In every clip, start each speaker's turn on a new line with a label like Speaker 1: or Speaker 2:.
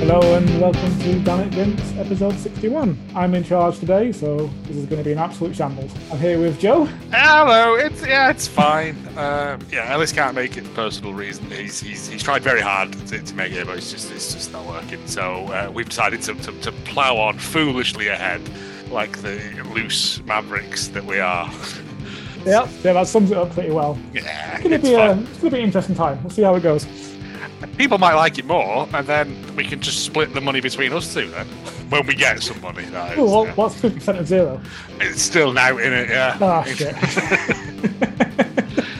Speaker 1: Hello and welcome to Damn It Grimps, episode 61. I'm in charge today, so this is going to be an absolute shambles. I'm here with Joe.
Speaker 2: Hello, it's yeah, it's fine. Um, yeah, Ellis can't make it for personal reason. He's he's, he's tried very hard to, to make it, but it's just it's just not working. So uh, we've decided to, to, to plow on foolishly ahead, like the loose mavericks that we are.
Speaker 1: Yep. Yeah, that sums it up pretty well.
Speaker 2: yeah,
Speaker 1: It's going
Speaker 2: it's
Speaker 1: to be uh, a,
Speaker 2: fun.
Speaker 1: it's going to be an interesting time. We'll see how it goes.
Speaker 2: People might like it more, and then we can just split the money between us two then. When we get some money, that is.
Speaker 1: Ooh, what,
Speaker 2: yeah.
Speaker 1: what's 50% of zero?
Speaker 2: It's still now in it, yeah.
Speaker 1: Ah,
Speaker 2: It's-
Speaker 1: shit.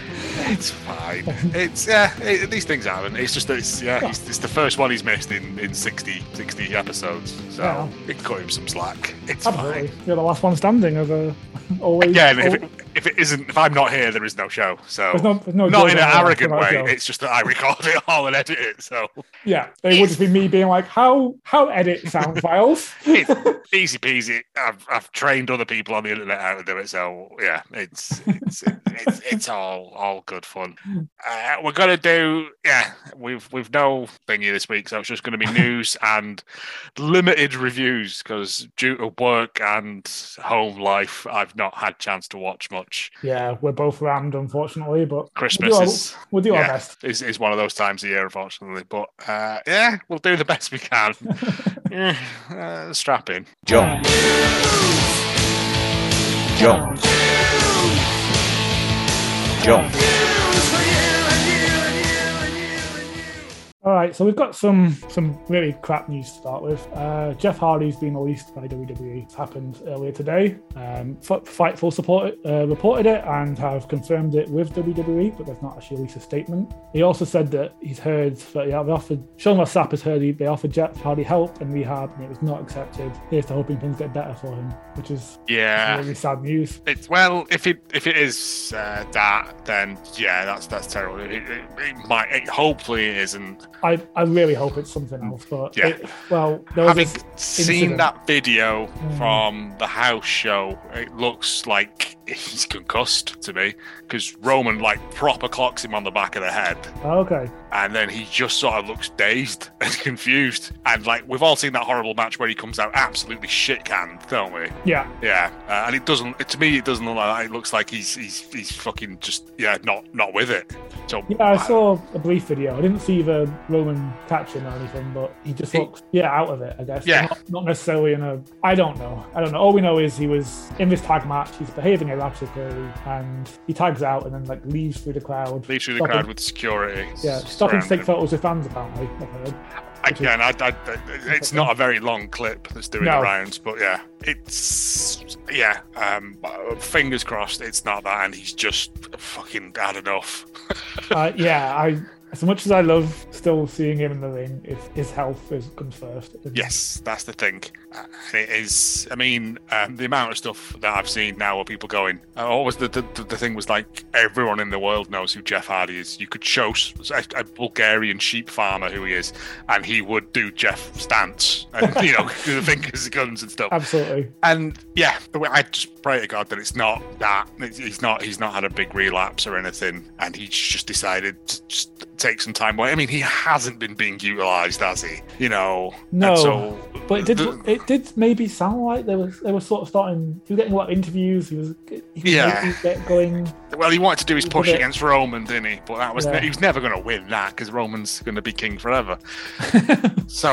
Speaker 2: It's fine. It's yeah. It, these things happen. It's just that it's yeah. It's, it's the first one he's missed in in 60, 60 episodes. So
Speaker 1: Yeah.
Speaker 2: it cut him some slack. It's
Speaker 1: Absolutely.
Speaker 2: fine.
Speaker 1: You're the last one standing of uh, always.
Speaker 2: Yeah, and if
Speaker 1: al-
Speaker 2: it, if it isn't, if I'm not here, there is no show. So
Speaker 1: There's no- there's no
Speaker 2: not
Speaker 1: joke
Speaker 2: in
Speaker 1: anyway,
Speaker 2: an arrogant
Speaker 1: without
Speaker 2: way.
Speaker 1: Joe.
Speaker 2: It's just that I record it all and edit it. So
Speaker 1: yeah, it would just be me being like, how how edit sound files?
Speaker 2: it's easy peasy. I've I've trained other people on the internet how to do it. So yeah, it's it's it's, it's all all good fun. Uh, we're gonna do yeah. We've we've no thingy this week, so it's just gonna be news and limited reviews because due to work and home life, I've not had chance to watch much.
Speaker 1: yeah, we're both rammed, unfortunately, but
Speaker 2: Christmas is
Speaker 1: we'll do our
Speaker 2: yeah,
Speaker 1: best.
Speaker 2: is, is one of those times a year, unfortunately. But uh, yeah, we'll do the best we can. yeah, uh, strap in.
Speaker 3: Jump. Jump. Jump.
Speaker 1: All right, so we've got some some really crap news to start with. Uh, Jeff Hardy's been released by WWE. It's happened earlier today. Um, F- Fightful support, uh, reported it and have confirmed it with WWE, but they've not actually released a statement. He also said that he's heard that yeah, they offered Sean Rossap has heard he, they offered Jeff Hardy help and rehab, and it was not accepted. Here's to hoping things get better for him, which is
Speaker 2: Yeah.
Speaker 1: really sad news.
Speaker 2: It's well, if it if it is uh, that, then yeah, that's that's terrible. It, it, it might, it, hopefully, it isn't.
Speaker 1: I, I really hope it's something else, but
Speaker 2: Yeah.
Speaker 1: it- well, there was
Speaker 2: Having
Speaker 1: this-
Speaker 2: seen
Speaker 1: incident.
Speaker 2: that video
Speaker 1: Mm.
Speaker 2: from the house show, it looks like he's concussed to me because Roman like proper clocks him on the back of the head,
Speaker 1: Oh, okay.
Speaker 2: and then he just sort of looks dazed and confused. And like we've all seen that horrible match where he comes out absolutely shit canned, don't we?
Speaker 1: Yeah,
Speaker 2: Yeah, uh, and it doesn't. To me, it doesn't look like that. It looks like he's he's he's fucking just yeah, not not with it. So
Speaker 1: Yeah, I saw a brief video. I didn't see the Roman catching or anything, but he just
Speaker 2: He-
Speaker 1: looks yeah out of it. I guess.
Speaker 2: Yeah.
Speaker 1: Not, not necessarily in a. I don't know. I don't know. All we know is he was in this tag match. He's behaving erratically, and he tags out and then like leaves through the crowd.
Speaker 2: leave through the
Speaker 1: Stopping-
Speaker 2: crowd with security.
Speaker 1: Yeah, stopping to take
Speaker 2: surrounding him.
Speaker 1: photos with fans apparently. I've heard.
Speaker 2: Again, I, I, I, it's not a very long clip that's doing
Speaker 1: No.
Speaker 2: the rounds, but yeah, it's yeah. Um, fingers crossed, it's not that, and he's just fucking had enough.
Speaker 1: uh, yeah, I. As much as I love still seeing him in the ring, if his health is comes first. and-
Speaker 2: Yes, that's the thing. Uh, It is. I mean, um, the amount of stuff that I've seen now where people going. Uh, always the, the the thing was like everyone in the world knows who Jeff Hardy is. You could show s- a, a Bulgarian sheep farmer who he is, and he would do Jeff stance and you know do the fingers, guns, and stuff.
Speaker 1: Absolutely.
Speaker 2: And yeah, I just pray to God that it's not that It's- he's not he's not had a big relapse or anything, and he's just decided to just take some time away. I mean, he hasn't been being utilised, has he? You know, and
Speaker 1: No,
Speaker 2: so-
Speaker 1: But it did.
Speaker 2: the-
Speaker 1: It did maybe sound like they was they were sort of starting. He was getting a lot of interviews. He was. He was
Speaker 2: Yeah.
Speaker 1: making it going.
Speaker 2: well, he wanted to do his
Speaker 1: Did
Speaker 2: push
Speaker 1: it-
Speaker 2: against Roman, didn't he? But that was
Speaker 1: Yeah.
Speaker 2: he was never going to win that because Roman's going to be king forever. so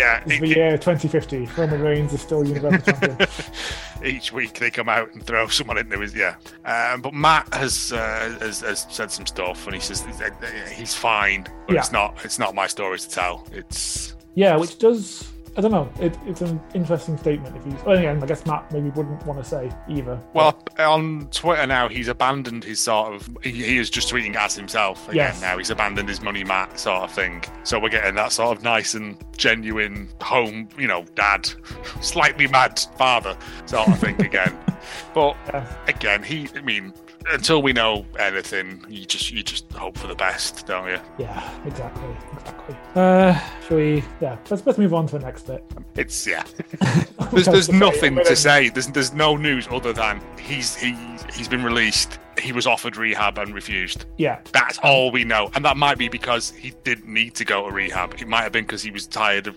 Speaker 2: yeah,
Speaker 1: It's
Speaker 2: it-
Speaker 1: the
Speaker 2: it-
Speaker 1: year 2050. Roman Reigns is still Universal Champion.
Speaker 2: each week they come out and throw someone into his yeah. Um, but Matt has, uh, has has said some stuff, and he says he's fine, but it's not it's not my story to tell. It's
Speaker 1: Yeah, which does. I don't know. It, it's an interesting statement. If you, well, again, I guess Matt maybe wouldn't want to say either.
Speaker 2: well on Twitter now. He's abandoned his sort of he, he is just tweeting as himself again
Speaker 1: Yes.
Speaker 2: now. He's abandoned his money Matt sort of thing. So we're getting that sort of nice and genuine home, you know, dad, slightly mad father sort of thing again. But
Speaker 1: Yeah.
Speaker 2: again, he. I mean, until we know anything, you just you just hope for the best, don't you?
Speaker 1: Yeah, exactly, exactly. Uh, shall we? Yeah, let's let's move on to the next bit.
Speaker 2: It's yeah. There's there's nothing to say. There's there's no news other than he's he he's been released. He was offered rehab and refused.
Speaker 1: Yeah,
Speaker 2: That's all we know, and that might be because he didn't need to go to rehab. It might have been because he was tired of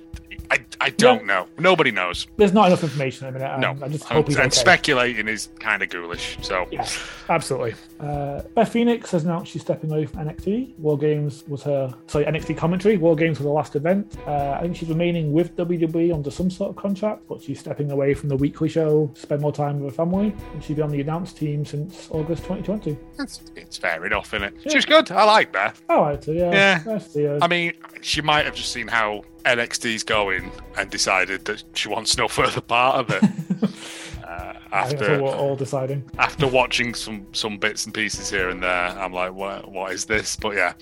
Speaker 2: I, I don't know. Nobody knows.
Speaker 1: There's not enough information at the minute.
Speaker 2: No.
Speaker 1: and Um, I just
Speaker 2: And,
Speaker 1: hope he's
Speaker 2: and
Speaker 1: okay.
Speaker 2: speculating is kind of ghoulish. So
Speaker 1: Yeah, absolutely. Uh, Beth Phoenix has announced she's stepping away from NXT. War Games was her, sorry, NXT commentary. War Games was the last event. Uh, I think she's remaining with WWE under some sort of contract, but she's stepping away from the weekly show to spend more time with her family. And she's been on the announced team since August 2020.
Speaker 2: it's, it's fair enough, isn't it?
Speaker 1: Yeah.
Speaker 2: She's good. I like Beth.
Speaker 1: All right, so yeah,
Speaker 2: Yeah.
Speaker 1: nice to Oh, see her.
Speaker 2: I mean, she might have just seen how NXT's going and decided that she wants no further part of it. uh,
Speaker 1: I think that's what
Speaker 2: after
Speaker 1: we're all deciding.
Speaker 2: after watching some some bits and pieces here and there, I'm like, what what is this? But yeah.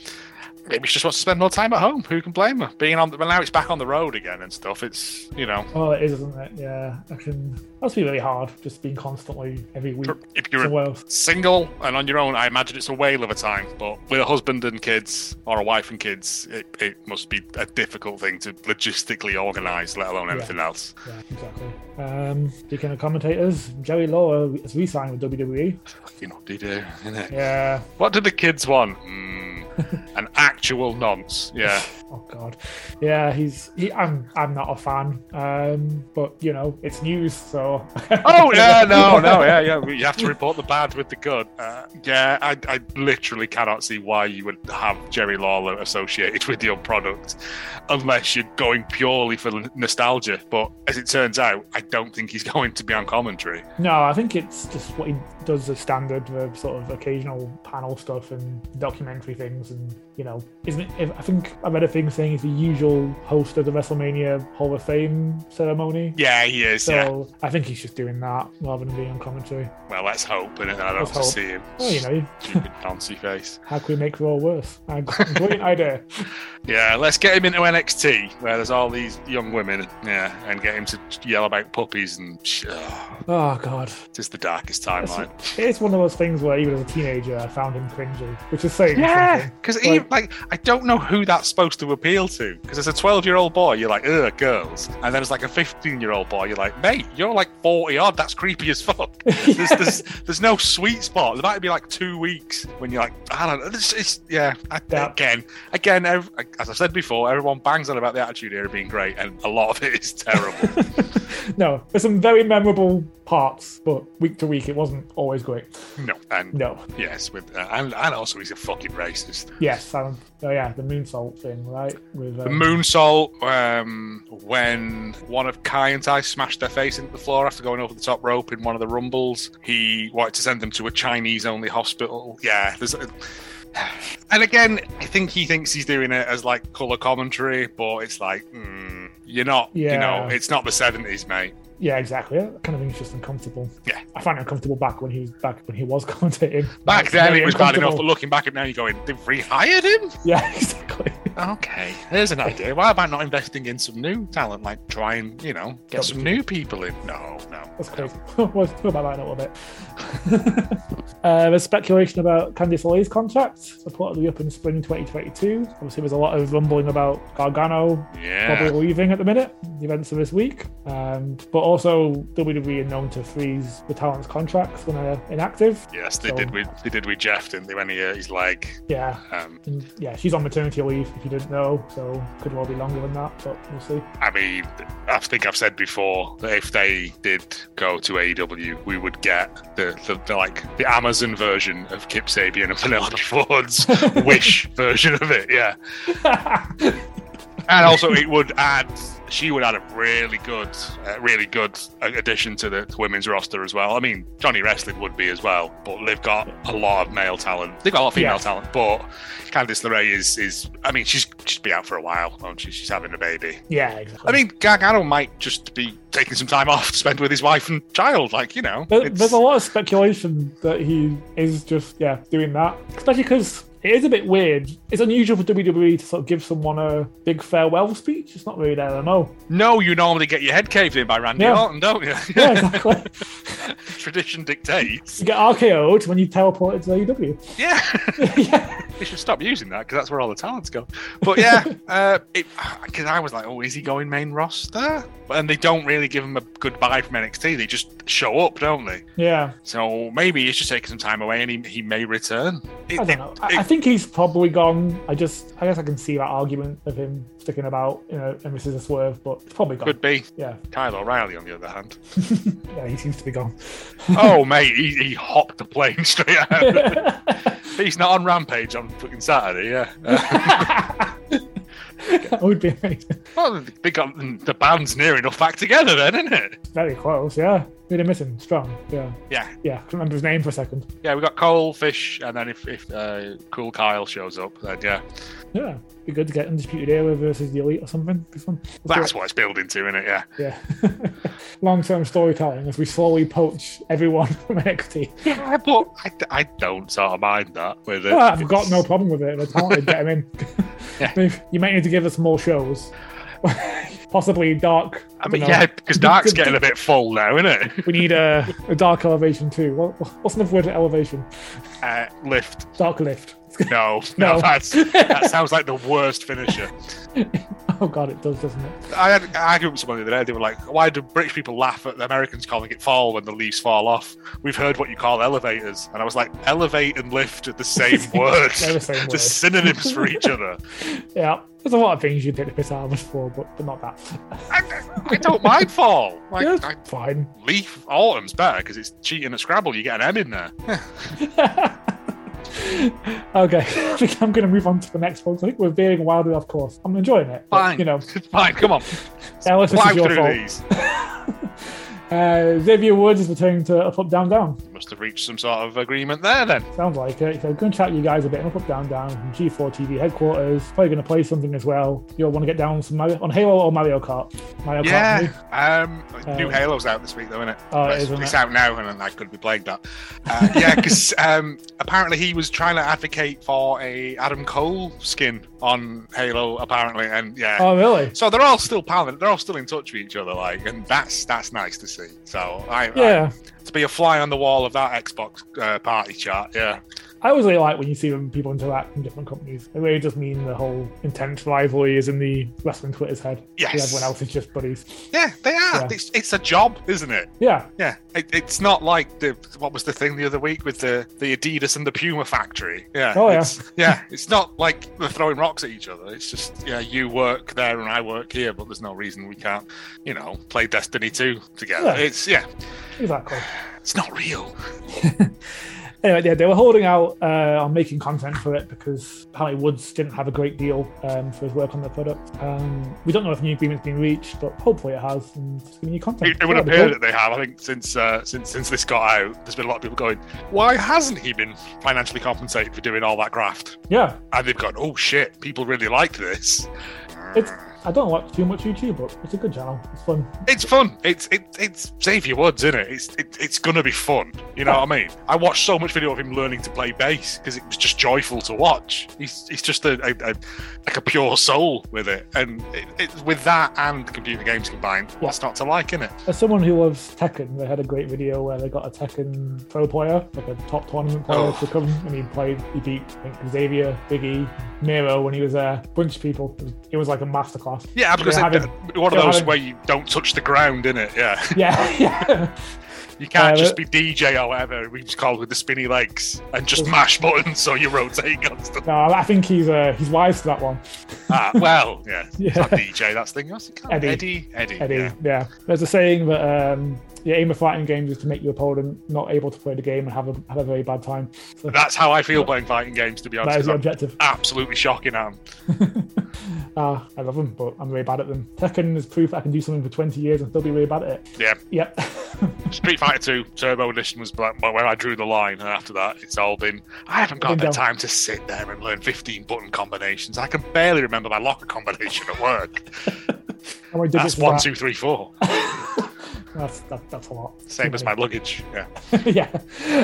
Speaker 2: Maybe she just wants to spend more time at home. Who can blame her? Being on, well, now it's back on the road again and stuff. It's you know,
Speaker 1: Oh, it is, isn't it? Yeah, I can. Must be really hard just being constantly every week.
Speaker 2: pr- if you're
Speaker 1: somewhere else.
Speaker 2: single and on your own, I imagine it's a whale of a time. But with a husband and kids, or a wife and kids, it, it must be a difficult thing to logistically organise, let alone
Speaker 1: Yeah.
Speaker 2: anything else.
Speaker 1: Yeah, exactly. Um, speaking of commentators, Jerry Lawler has re-signed with E. WWE.
Speaker 2: You know, do you do? innit?
Speaker 1: Yeah.
Speaker 2: What do the kids want? Mm, an actual nonce. Yeah.
Speaker 1: Oh God. Yeah, he's. He, I'm. I'm not a fan. Um, but you know, it's news, so.
Speaker 2: Oh yeah, no, no, yeah, yeah. You have to report the bad with the good. Uh, yeah, I, I literally cannot see why you would have Jerry Lawler associated with your product, unless you're going purely for n- nostalgia. But as it turns out, I don't think he's going to be on commentary.
Speaker 1: No, I think it's just what he does as standard, the sort of occasional panel stuff and documentary things, and you know, isn't it? If, I think I read a thing saying he's the usual host of the WrestleMania Hall of Fame ceremony.
Speaker 2: Yeah, he is. yeah.
Speaker 1: So I think he's just doing that rather than being on commentary.
Speaker 2: Well, let's hope, and I don't
Speaker 1: Let's
Speaker 2: have to
Speaker 1: hope.
Speaker 2: see him.
Speaker 1: Well, you know,
Speaker 2: Stupid Nancy face.
Speaker 1: how can we make Raw worse? A Brilliant idea.
Speaker 2: Yeah, let's get him into NXT where there's all these young women. Yeah, and get him to yell about puppies and sh- ugh,
Speaker 1: Oh God,
Speaker 2: just the darkest
Speaker 1: That's-
Speaker 2: timeline.
Speaker 1: it's one of those things where even as a teenager, I found him cringy, which is saying
Speaker 2: Yeah,
Speaker 1: something.
Speaker 2: because
Speaker 1: Like-
Speaker 2: like, I don't know who that's supposed to appeal to. Because as a twelve-year-old boy, you're like, ugh, girls, and then it's like a fifteen-year-old boy, you're like, mate, you're like forty odd. That's creepy as fuck. There's, there's there's no sweet spot. There might be like two weeks when you're like, I don't know. This is yeah. I,
Speaker 1: Yeah.
Speaker 2: Again, again, ev- as I said before, everyone bangs on about the attitude era being great, and a lot of it is terrible.
Speaker 1: no, there's some very memorable parts, but week to week, it wasn't always great.
Speaker 2: no, and
Speaker 1: No,
Speaker 2: yes, with uh, and, and also he's a fucking racist.
Speaker 1: yes, um, oh yeah, the moonsault thing, right? With um,
Speaker 2: The moonsault um, when one of Kai and I smashed their face into the floor after going over the top rope in one of the rumbles. He wanted to send them to a Chinese-only hospital. Yeah, there's. and again, I think he thinks he's doing it as like color commentary, but it's like, mm, you're not. You know,
Speaker 1: Yeah.
Speaker 2: it's not the seventies, mate.
Speaker 1: yeah, exactly. That kind of thing is just uncomfortable.
Speaker 2: Yeah.
Speaker 1: I found it uncomfortable back when he was back when he was commentating.
Speaker 2: Back
Speaker 1: It's
Speaker 2: then,
Speaker 1: very
Speaker 2: it was bad enough, but
Speaker 1: uncomfortable.
Speaker 2: looking back at now, you're going, they've rehired him.
Speaker 1: Yeah, exactly.
Speaker 2: Okay, there's an idea. Why about not investing in some new talent? Like try and, you know, get some new people in. No, no.
Speaker 1: That's crazy. we'll talk about that in a little bit. uh, there's speculation about Candice LeRae's contract, reportedly up in spring 2022. Obviously, there's a lot of rumbling about Gargano probably
Speaker 2: Yeah.
Speaker 1: leaving at the minute, the events of this week. Um, but also, WWE are known to freeze the talent's contracts when they're inactive.
Speaker 2: Yes, they did with they did with Jeff, didn't they? When he hurt his leg.
Speaker 1: Yeah.
Speaker 2: Um,
Speaker 1: And yeah, she's on maternity leave, if you didn't know, so could well be longer than that, but we'll see.
Speaker 2: I mean, I think I've said before that if they did go to AEW, we would get the, the, the like the Amazon version of Kip Sabian and Penelope Ford's Wish version of it. Yeah. and also it would add she would add a really good uh, really good addition to the women's roster as well i mean johnny wrestling would be as well but they've got a lot of male talent they've got a lot of female
Speaker 1: Yeah.
Speaker 2: talent but candice LeRae is is i mean she's she's been out for a while won't she she's having a baby
Speaker 1: yeah, exactly.
Speaker 2: i mean gargano might just be taking some time off to spend with his wife and child like you know
Speaker 1: There,
Speaker 2: it's-
Speaker 1: there's a lot of speculation that he is just yeah doing that, especially because it is a bit weird. It's unusual for WWE to sort of give someone a big farewell speech. It's not really their MO.
Speaker 2: no you normally get your head caved in by randy
Speaker 1: Yeah.
Speaker 2: orton don't you
Speaker 1: Yeah, exactly.
Speaker 2: tradition dictates
Speaker 1: you get RKO'd when you teleported to AEW.
Speaker 2: yeah
Speaker 1: yeah,
Speaker 2: They should stop using that because that's where all the talents go. But yeah, uh, because I was like, oh, is he going main roster? But and they don't really give him a goodbye from NXT. They just show up, don't they?
Speaker 1: Yeah,
Speaker 2: So maybe he should take some time away, and he, he may return. It-
Speaker 1: I
Speaker 2: it-
Speaker 1: don't know. I, I think he's probably gone. I just, I guess I can see that argument of him sticking about, you know, and this is a swerve, but it's probably gone.
Speaker 2: Could be
Speaker 1: Yeah,
Speaker 2: Kyle O'Reilly, on the other hand.
Speaker 1: yeah, he seems to be gone.
Speaker 2: Oh, mate, he, he hopped the plane straight out. He's not on Rampage on fucking Saturday, yeah. Uh,
Speaker 1: that would be amazing.
Speaker 2: well, they got the band's near enough back together, then, isn't it?
Speaker 1: Very close, yeah. Who did I miss him? Strong, yeah.
Speaker 2: Yeah,
Speaker 1: Yeah, couldn't remember his name for a second.
Speaker 2: yeah. We got Cole, Fish, and then if, if uh, Cool Kyle shows up, then yeah,
Speaker 1: Yeah, be good to get Undisputed Era versus The Elite or something. Be fun. Let's do
Speaker 2: that's
Speaker 1: it.
Speaker 2: what it's building to, isn't it? Yeah.
Speaker 1: Yeah. Long term storytelling as we slowly poach everyone from NXT.
Speaker 2: Yeah, but I, I don't sort of mind that with it.
Speaker 1: Well, I've got no
Speaker 2: It's-
Speaker 1: problem with it. They're talented, get them in.
Speaker 2: Ah. Yeah.
Speaker 1: Maybe- You might need to give us more shows. Possibly dark.
Speaker 2: I mean,
Speaker 1: dunno.
Speaker 2: yeah, because Dark's getting a bit full now, isn't it?
Speaker 1: We need a, a dark elevation too. What, what's another word for elevation?
Speaker 2: Uh, lift.
Speaker 1: Dark lift.
Speaker 2: No,
Speaker 1: No.
Speaker 2: no, that's that sounds like the worst finisher.
Speaker 1: Oh god, it does, doesn't it?
Speaker 2: I had an argument with someone the other day. They were like, "Why do British people laugh at the Americans calling it fall when the leaves fall off? We've heard what you call elevators." And I was like, "Elevate and lift are the same words.
Speaker 1: They're the same
Speaker 2: They're
Speaker 1: word.
Speaker 2: synonyms for each other."
Speaker 1: Yeah, there's a lot of things you take the piss out of us for, but, but not that.
Speaker 2: I, I don't mind fall. Like,
Speaker 1: yeah,
Speaker 2: I,
Speaker 1: it's fine.
Speaker 2: leaf autumn's better because it's cheating at Scrabble. You get an M in there.
Speaker 1: okay, I think I'm going to move on to the next one. 'cause I think we're veering wildly off course. I'm enjoying it. but,
Speaker 2: Fine,
Speaker 1: you know,
Speaker 2: fine. Come on,
Speaker 1: Ellis, this is
Speaker 2: climb
Speaker 1: your
Speaker 2: through
Speaker 1: fault.
Speaker 2: these.
Speaker 1: Uh, Xavier Woods is returning to up, up, down, down.
Speaker 2: Must have reached some sort of agreement there then.
Speaker 1: Sounds like it. So, going to chat you guys a bit. Up, up, down, down from G4 TV headquarters. Probably going to play something as well. You'll want to get down some Mario- on Halo or Mario Kart. Mario Kart. maybe?
Speaker 2: Yeah, um, new
Speaker 1: Uh,
Speaker 2: Halo's out this week though, isn't it?
Speaker 1: Oh, it
Speaker 2: it's,
Speaker 1: is, isn't
Speaker 2: it's
Speaker 1: it?
Speaker 2: out now, and I could be playing that. Uh, yeah, because um, apparently he was trying to advocate for a Adam Cole skin on Halo, apparently, and yeah.
Speaker 1: Oh, really?
Speaker 2: So they're all still pal. They're all still in touch with each other, like, and that's that's nice to see. So I, I-
Speaker 1: Yeah.
Speaker 2: to be a fly on the wall of that Xbox uh, party chart, yeah.
Speaker 1: I always really like when you see when people interact in different companies. It really does mean the whole intense rivalry is in the wrestling Twitter's head.
Speaker 2: Yes.
Speaker 1: Yeah, Everyone else is just buddies.
Speaker 2: Yeah, they are.
Speaker 1: Yeah.
Speaker 2: It's, it's a job, isn't it?
Speaker 1: Yeah.
Speaker 2: Yeah, it, it's not like the what was the thing the other week with the the Adidas and the Puma factory. Yeah.
Speaker 1: Oh, yeah.
Speaker 2: It's, yeah, it's not like they're throwing rocks at each other. It's just yeah, you work there and I work here, but there's no reason we can't, you know, play Destiny two together.
Speaker 1: Yeah.
Speaker 2: It's yeah,
Speaker 1: Exactly.
Speaker 2: it's not real.
Speaker 1: Anyway, yeah, they were holding out uh, on making content for it because apparently Woods didn't have a great deal um, for his work on the product. Um, we don't know if a new agreement's been reached, but hopefully it has. And it's gonna be new content.
Speaker 2: It, it would
Speaker 1: Yeah, it'd be
Speaker 2: appear
Speaker 1: cool.
Speaker 2: that they have. I think since uh, since since this got out, there's been a lot of people going, why hasn't he been financially compensated for doing all that graft?
Speaker 1: Yeah.
Speaker 2: And they've gone, oh shit, people really liked this.
Speaker 1: It's. I don't watch too much YouTube, but it's a good channel. It's fun.
Speaker 2: It's fun. It's it, it's Xavier Woods, isn't it? It's it, it's gonna be fun. You know what I mean? I watched so much video of him learning to play bass because it was just joyful to watch. He's he's just a, a, a like a pure soul with it, and it, it, with that and computer games combined, what's not to like in it?
Speaker 1: As someone who loves Tekken, they had a great video where they got a Tekken pro player, like a top tournament player,
Speaker 2: Oh.
Speaker 1: to come and he played. He beat I think, Xavier, Biggie, Miro when he was there. Bunch of people. It was, it was like a masterclass.
Speaker 2: Yeah, because
Speaker 1: They're
Speaker 2: it-
Speaker 1: having-
Speaker 2: one of
Speaker 1: they're
Speaker 2: those
Speaker 1: having-
Speaker 2: where you don't touch the ground, in it. Yeah,
Speaker 1: Yeah, yeah.
Speaker 2: you can't
Speaker 1: Yeah,
Speaker 2: just be DJ or whatever. We just call it with the spinny legs and just mash buttons so you rotate constantly.
Speaker 1: No, I think he's uh, he's wise to that one.
Speaker 2: ah, well, yeah,
Speaker 1: Yeah.
Speaker 2: It's not DJ. That's the thing. That's the-
Speaker 1: Eddie.
Speaker 2: Eddie, Eddie,
Speaker 1: Eddie.
Speaker 2: yeah.
Speaker 1: Yeah. There's a saying that um, the aim of fighting games is to make your opponent not able to play the game and have a have a very bad time. So
Speaker 2: That's how I feel playing fighting games, to be honest.
Speaker 1: that is
Speaker 2: 'cause
Speaker 1: the
Speaker 2: I'm
Speaker 1: objective.
Speaker 2: absolutely shocking. I'm
Speaker 1: Uh, I love them, but I'm really bad at them. Tekken is proof I can do something for 20 years and still be really bad at it.
Speaker 2: Yeah.
Speaker 1: Yep.
Speaker 2: Street Fighter 2 Turbo Edition was like where I drew the line, and after that, it's all been. I haven't got the
Speaker 1: Window.
Speaker 2: time to sit there and learn 15 button combinations. I can barely remember my locker combination at work.
Speaker 1: How many digits
Speaker 2: That's
Speaker 1: is
Speaker 2: one,
Speaker 1: that?
Speaker 2: two, three, four.
Speaker 1: That's that, that's a lot.
Speaker 2: Same as my luggage. Yeah.
Speaker 1: yeah.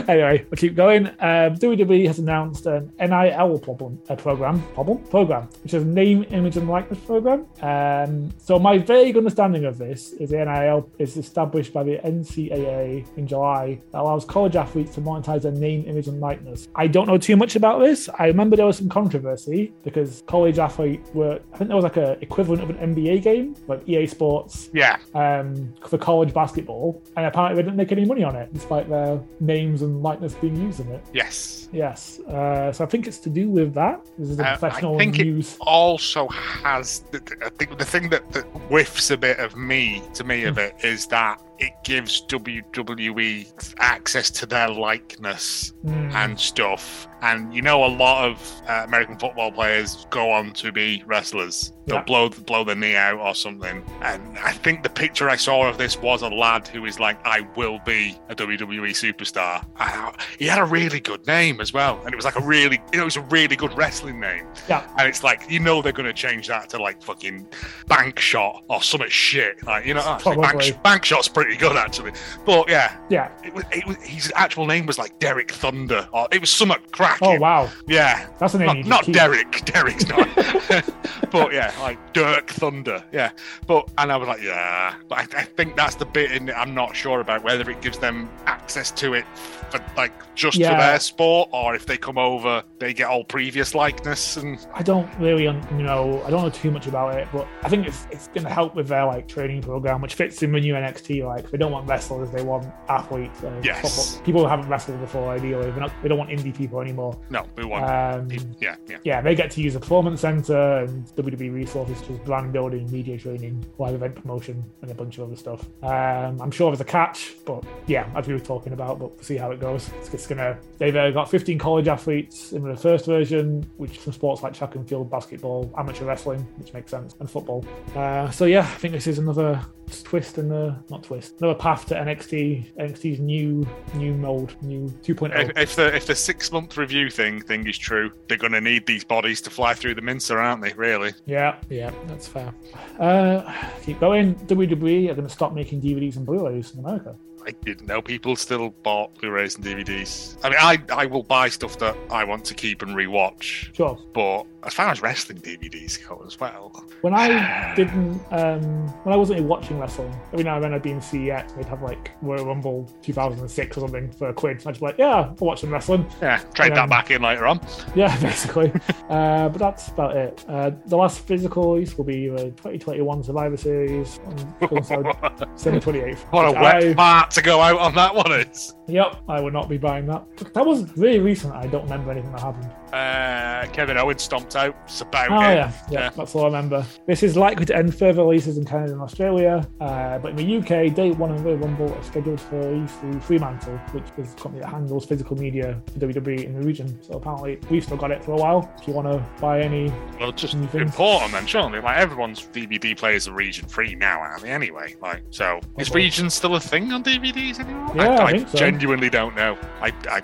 Speaker 1: Anyway, we'll keep going. Um, WWE has announced an NIL problem, a program, problem, program, which is name, image, and likeness program. Um, so my vague understanding of this is the NIL is established by the NCAA in July that allows college athletes to monetize their name, image, and likeness. I don't know too much about this. I remember there was some controversy because college athletes were, I think there was like a equivalent of an NBA game, like EA E Sports
Speaker 2: Yeah.
Speaker 1: um, for college basketball, and apparently they didn't make any money on it, despite their names and likeness being used in it.
Speaker 2: Yes.
Speaker 1: Yes. Uh, so I think it's to do with that. This is a
Speaker 2: Uh, I
Speaker 1: professional
Speaker 2: think it-
Speaker 1: news.
Speaker 2: Also has the, the- I think the thing that, that whiffs a bit of me to me
Speaker 1: Hmm.
Speaker 2: of it is that it gives WWE access to their likeness
Speaker 1: Mm.
Speaker 2: and stuff. And you know, a lot of uh, American football players go on to be wrestlers. They'll
Speaker 1: Yeah.
Speaker 2: blow blow their knee out or something. And I think the picture I saw of this was a lad who is like, "I will be a WWE superstar." I, he had a really good name as well, and it was like a really, you know, it was a really good wrestling name.
Speaker 1: Yeah.
Speaker 2: And it's like, you know, they're going to change that to like fucking bank shot or something shit. Like, you know, actually,
Speaker 1: Probably.
Speaker 2: bank, bank shot's pretty good actually. But yeah,
Speaker 1: yeah.
Speaker 2: it was, it was his actual name was like Derek Thunder, or it was somewhat cracking.
Speaker 1: Oh wow,
Speaker 2: Yeah,
Speaker 1: that's a name. you
Speaker 2: not,
Speaker 1: should keep.
Speaker 2: not Derek. Derek's not. but yeah, like Dirk Thunder. Yeah, but and I was like, yeah, but I, I think that's the bit in it I'm not sure about whether it gives them access to it for like just for
Speaker 1: Yeah.
Speaker 2: their sport, or if they come over, they get all previous likeness and
Speaker 1: I don't really un- know. I don't know too much about it, but I think it's it's going to help with their like training program, which fits in with new NXT. Like they don't want wrestlers, they want athletes. Uh,
Speaker 2: Yes.
Speaker 1: football- people who haven't wrestled before. Ideally, They're not, they don't want indie people anymore.
Speaker 2: no, we want.
Speaker 1: Um,
Speaker 2: yeah, yeah.
Speaker 1: yeah, they get to use a performance center and WWE resources such as brand building, media training, live event promotion, and a bunch of other stuff. Um, I'm sure there's a catch, but yeah, as we were talking about, but we'll see how it goes. It's, it's gonna. They've uh, got 15 college athletes in the first version, which some sports like track and field, basketball, amateur wrestling, which makes sense, and football. Uh, so yeah, I think this is another twist in the not twist, another path to NXT, NXT's new new mold, new oh. 2.0.
Speaker 2: If, if the if the six month review thing thing is true, they're going to need these bodies to fly through the mincer, aren't they? Really?
Speaker 1: Yeah, yeah, that's fair. Uh, keep going. WWE are going to stop making DVDs and Blu-rays in America.
Speaker 2: I didn't know people still bought Blu-rays and DVDs. I mean, I I will buy stuff that I want to keep and rewatch,
Speaker 1: Sure.
Speaker 2: but as far as wrestling DVDs go as well,
Speaker 1: When I didn't, um, when I wasn't even watching wrestling, every now and then I'd be in CEX. They'd have like Royal Rumble 2006 or something for a quid. And I'd be like, yeah, I'll watch some wrestling.
Speaker 2: yeah, trade
Speaker 1: Yeah. um,
Speaker 2: that back in later on.
Speaker 1: Yeah, basically. uh, but that's about it. Uh, the last physical release will be the 2021 Survivor Series on coincide
Speaker 2: what
Speaker 1: December 28th.
Speaker 2: a
Speaker 1: which
Speaker 2: wet
Speaker 1: I-
Speaker 2: fart to go out on that one is.
Speaker 1: Yep, I would not be buying that. That was really recent. I don't remember anything that happened.
Speaker 2: Uh, Kevin Owens stomped out. It's about
Speaker 1: Oh
Speaker 2: it.
Speaker 1: yeah, yeah,
Speaker 2: Yeah.
Speaker 1: that's all I remember. This is likely to end further releases in Canada and Australia, uh, but in the UK, day one of Royal Rumble are scheduled for release through Fremantle, which is the company that handles physical media for WWE in the region. So apparently, we've still got it for a while. If you want to buy any,
Speaker 2: Well, just
Speaker 1: New things.
Speaker 2: important then, surely. Like everyone's DVD players are region free now, aren't they? Anyway, like so, is
Speaker 1: Okay.
Speaker 2: region still a thing on DVDs anymore?
Speaker 1: Yeah, I
Speaker 2: I,
Speaker 1: think so.
Speaker 2: genuinely don't know. I, I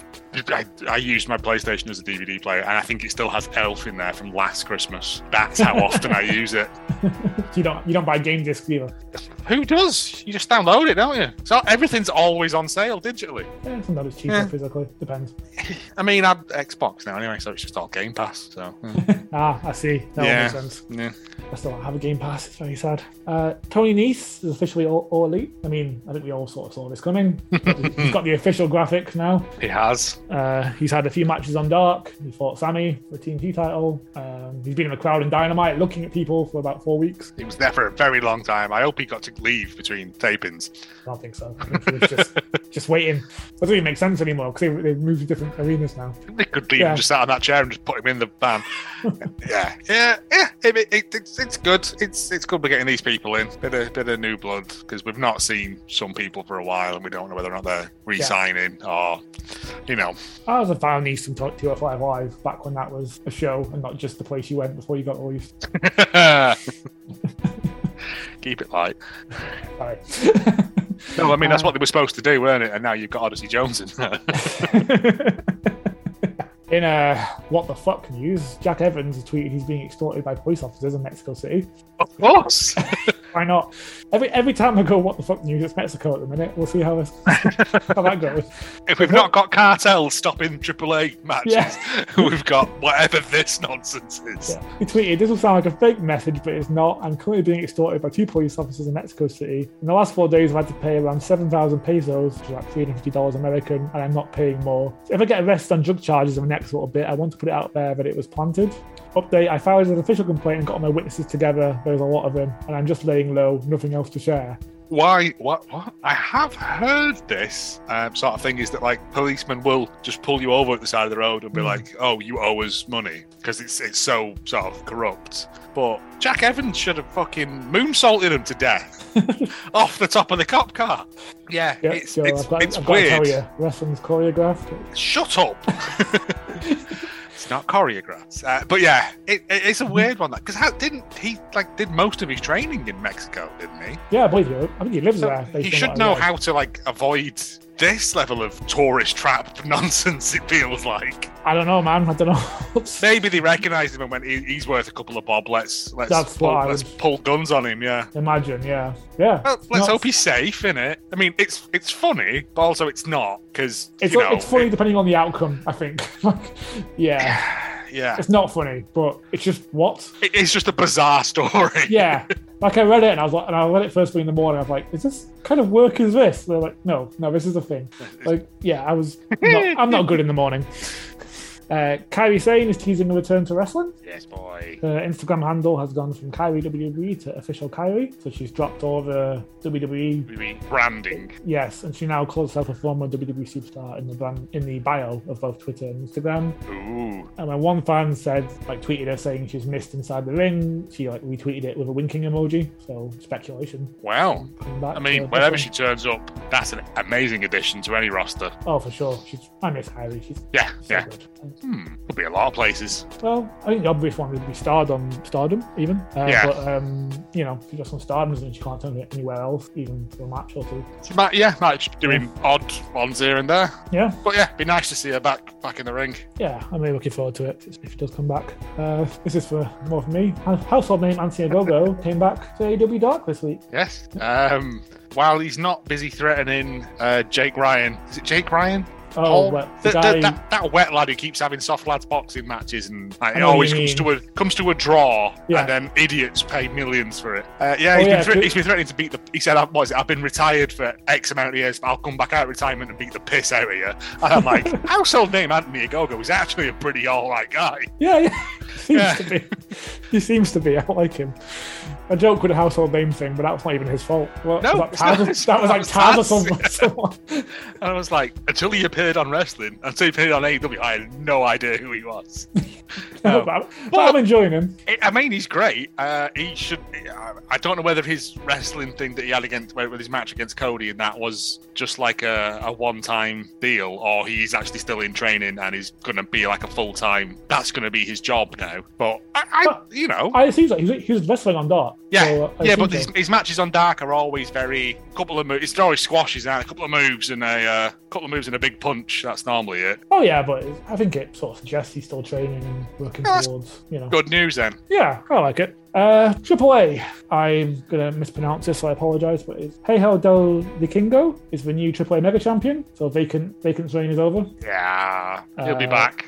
Speaker 2: I I used my PlayStation as a DVD player, and I think it still has Elf in there from last Christmas. That's how often I use it.
Speaker 1: you don't you don't buy game discs either.
Speaker 2: Who does? You just download it, don't you? So everything's always on sale digitally.
Speaker 1: Eh, sometimes it's cheaper
Speaker 2: Yeah.
Speaker 1: physically, depends.
Speaker 2: I mean, I'm Xbox now anyway, so it's just all Game Pass. So mm,
Speaker 1: Ah, I see. That
Speaker 2: Yeah.
Speaker 1: makes sense.
Speaker 2: yeah.
Speaker 1: I still don't have a Game Pass. It's very sad. Uh, Tony Nese is officially all, all elite. I mean, I think we all sort of saw this coming. He's got the official graphic now.
Speaker 2: it has.
Speaker 1: Uh, he's had a few matches on Dark. He fought Sammy for the TNT title. Um, he's been in the crowd in Dynamite, looking at people for about four weeks.
Speaker 2: It was there for a very long time. I hope he got to leave between tapings.
Speaker 1: I don't think so. I think he was just just waiting. That doesn't even make sense anymore because they, they've moved to different arenas now.
Speaker 2: They could leave
Speaker 1: Yeah.
Speaker 2: him just sat on that chair and just put him in the van. yeah, yeah, yeah. It, it, it- it's, it's good. It's it's good we're getting these people in. Bit of bit of new blood because we've not seen some people for a while, and we don't know whether or not they're re-signing or, you know,
Speaker 1: I was a fan of East from 205 Live back when that was a show and not just the place you went before you got released.
Speaker 2: keep it light.
Speaker 1: Sorry.
Speaker 2: No, I mean that's
Speaker 1: Uh,
Speaker 2: what they were supposed to do, weren't it? And now you've got Odyssey Jones in there.
Speaker 1: In uh, what the fuck news, Jack Evans has tweeted he's being extorted by police officers in Mexico City.
Speaker 2: of course.
Speaker 1: Why not? Every every time I go, what the fuck news? It's Mexico at the minute. We'll see how this, how that goes.
Speaker 2: If we've not got cartels stopping AAA matches,
Speaker 1: Yeah.
Speaker 2: we've got whatever this nonsense is.
Speaker 1: Yeah. He tweeted, "This will sound like a fake message, but it's not. I'm currently being extorted by two police officers in Mexico City. In the last four days, I've had to pay around seven thousand pesos, which is like three hundred fifty dollars American, and I'm not paying more. If I get arrested on drug charges in the next little bit, I want to put it out there that it was planted." Update, I filed an official complaint and got all my witnesses together. There's a lot of them, and I'm just laying low, nothing else to share.
Speaker 4: why what what i have heard this um, sort of thing is that like policemen will just pull you over at the side of the road and be
Speaker 1: Mm.
Speaker 4: like oh you owe us money because it's it's so sort of corrupt but jack evans should have fucking moonsaulted him to death off the top of the cop car yeah
Speaker 1: Yeah,
Speaker 4: it's
Speaker 1: Joe,
Speaker 4: it's,
Speaker 1: I've got,
Speaker 4: it's
Speaker 1: I've got to
Speaker 4: weird
Speaker 1: tell you, wrestling's choreographed.
Speaker 4: Shut up. it's not choreographed. Uh, but yeah, it, it, it's a
Speaker 1: Hmm.
Speaker 4: weird one. Because how didn't he like did most of his training in Mexico? Didn't he?
Speaker 1: Yeah, I believe you. I think he lives
Speaker 4: So
Speaker 1: there.
Speaker 4: he
Speaker 1: based on
Speaker 4: should
Speaker 1: what I
Speaker 4: know
Speaker 1: read.
Speaker 4: how to like avoid this level of tourist trap nonsense. It feels like
Speaker 1: I don't know, man. I don't know.
Speaker 4: maybe they recognised him and went, he, "He's worth a couple of bob. Let's let's
Speaker 1: That's
Speaker 4: pull,
Speaker 1: what I
Speaker 4: let's
Speaker 1: would-
Speaker 4: pull guns on him." Yeah.
Speaker 1: Imagine, yeah, yeah.
Speaker 4: Well, let's
Speaker 1: No.
Speaker 4: hope he's safe in it. I mean, it's it's funny, but also it's not because
Speaker 1: It's
Speaker 4: you know,
Speaker 1: it's funny
Speaker 4: it-
Speaker 1: depending on the outcome. I think. Like, yeah,
Speaker 4: yeah,
Speaker 1: it's not funny, but it's just what.
Speaker 4: It- it's just a bizarre story.
Speaker 1: Yeah, like I read it and I was like, and I read it first thing in the morning. I was like, is this kind of work? Is this? They're like, no, no, this is a thing. Like, yeah, I was. Not, I'm not good in the morning. Uh, Kyrie Sane is teasing a return to wrestling.
Speaker 2: Yes, boy.
Speaker 1: Her Instagram handle has gone from Kyrie WWE to official Kyrie, so she's dropped all the E WWE.
Speaker 2: We mean branding.
Speaker 1: Yes, and she now calls herself a former WWE superstar in the brand, in the bio of both Twitter and Instagram.
Speaker 2: Ooh.
Speaker 1: And when one fan said, like, tweeted her saying she's missed inside the ring, she like retweeted it with a winking emoji. So speculation.
Speaker 2: Wow.
Speaker 1: Coming back
Speaker 2: I
Speaker 1: to-
Speaker 2: mean, whenever she turns up, that's an amazing addition to any roster.
Speaker 1: Oh, for sure. She's. I miss Kyrie. She's
Speaker 2: Yeah,
Speaker 1: so
Speaker 2: yeah.
Speaker 1: good.
Speaker 2: Hmm. Could be a lot of places.
Speaker 1: Well, I think the obvious one would be Stardom, Stardom, even. Uh,
Speaker 2: Yeah.
Speaker 1: But um, you know, she got some Stardom, and she can't turn it anywhere else, even for a match or two.
Speaker 2: She might, yeah, might just doing odd ones here and there.
Speaker 1: Yeah.
Speaker 2: But yeah, be nice to see her back back in the ring.
Speaker 1: yeah, I'm really looking forward to it if it does come back. Uh, this is for more for me. Household name Anthony Gogo came back to AW Dark this week.
Speaker 2: Yes. Um, while he's not busy threatening uh, Jake Ryan, is it Jake Ryan?
Speaker 1: Oh,
Speaker 2: Paul?
Speaker 1: well, the
Speaker 2: Th- th-
Speaker 1: guy,
Speaker 2: that, that wet lad who keeps having soft lads boxing matches and like,
Speaker 1: I
Speaker 2: it
Speaker 1: know what
Speaker 2: always
Speaker 1: you
Speaker 2: comes
Speaker 1: mean.
Speaker 2: to a comes to a draw,
Speaker 1: Yeah.
Speaker 2: and then idiots pay millions for it. Uh, yeah,
Speaker 1: Oh,
Speaker 2: he's
Speaker 1: yeah,
Speaker 2: been thre-
Speaker 1: if-
Speaker 2: he's been threatening to beat the. He said, "I've- "What is it? I've been retired for X amount of years, but I'll come back out of retirement and beat the piss out of you." And I'm like, household name Anthony Agogo is actually a pretty all right guy.
Speaker 1: yeah, yeah, seems
Speaker 2: Yeah.
Speaker 1: to be. he seems to be. I like him. I joke with the household name thing, but that's not even his fault. Well,
Speaker 2: No,
Speaker 1: was that,
Speaker 2: it's not
Speaker 1: Taz?
Speaker 2: his
Speaker 1: that was
Speaker 2: fault.
Speaker 1: like Taz or someone. someone.
Speaker 2: And I was like, until he appeared on wrestling, until he appeared on AEW, I had no idea who he was.
Speaker 1: No,
Speaker 2: No.
Speaker 1: but, I'm, but
Speaker 2: Well-
Speaker 1: I'm enjoying him.
Speaker 2: I- I mean, he's great. Uh, he should. I- I don't know whether his wrestling thing that he had against with his match against Cody and that was just like a, a one-time deal, or he's actually still in training and he's going to be like a full-time. That's going to be his job now. But I, I
Speaker 1: But
Speaker 2: you know,
Speaker 1: I it seems like he was, he was wrestling on Dark.
Speaker 2: Yeah,
Speaker 1: so, uh, I
Speaker 2: yeah.
Speaker 1: assume
Speaker 2: But
Speaker 1: so.
Speaker 2: his, his matches on Dark are always very couple of moves. It's always squashes and a couple of moves and a uh, couple of moves and a big punch. That's normally it.
Speaker 1: oh yeah, but it- I think it sort of suggests he's still training and working
Speaker 2: Yeah, that's-
Speaker 1: towards you know
Speaker 2: Good news then.
Speaker 1: Yeah, I like it. Uh, Triple A. I'm gonna mispronounce this, so I apologize, but it's Heiho del Vikingo is the new Triple A Mega Champion. So vacant, vacant's reign is over.
Speaker 2: Yeah, he'll be
Speaker 1: Uh,
Speaker 2: back.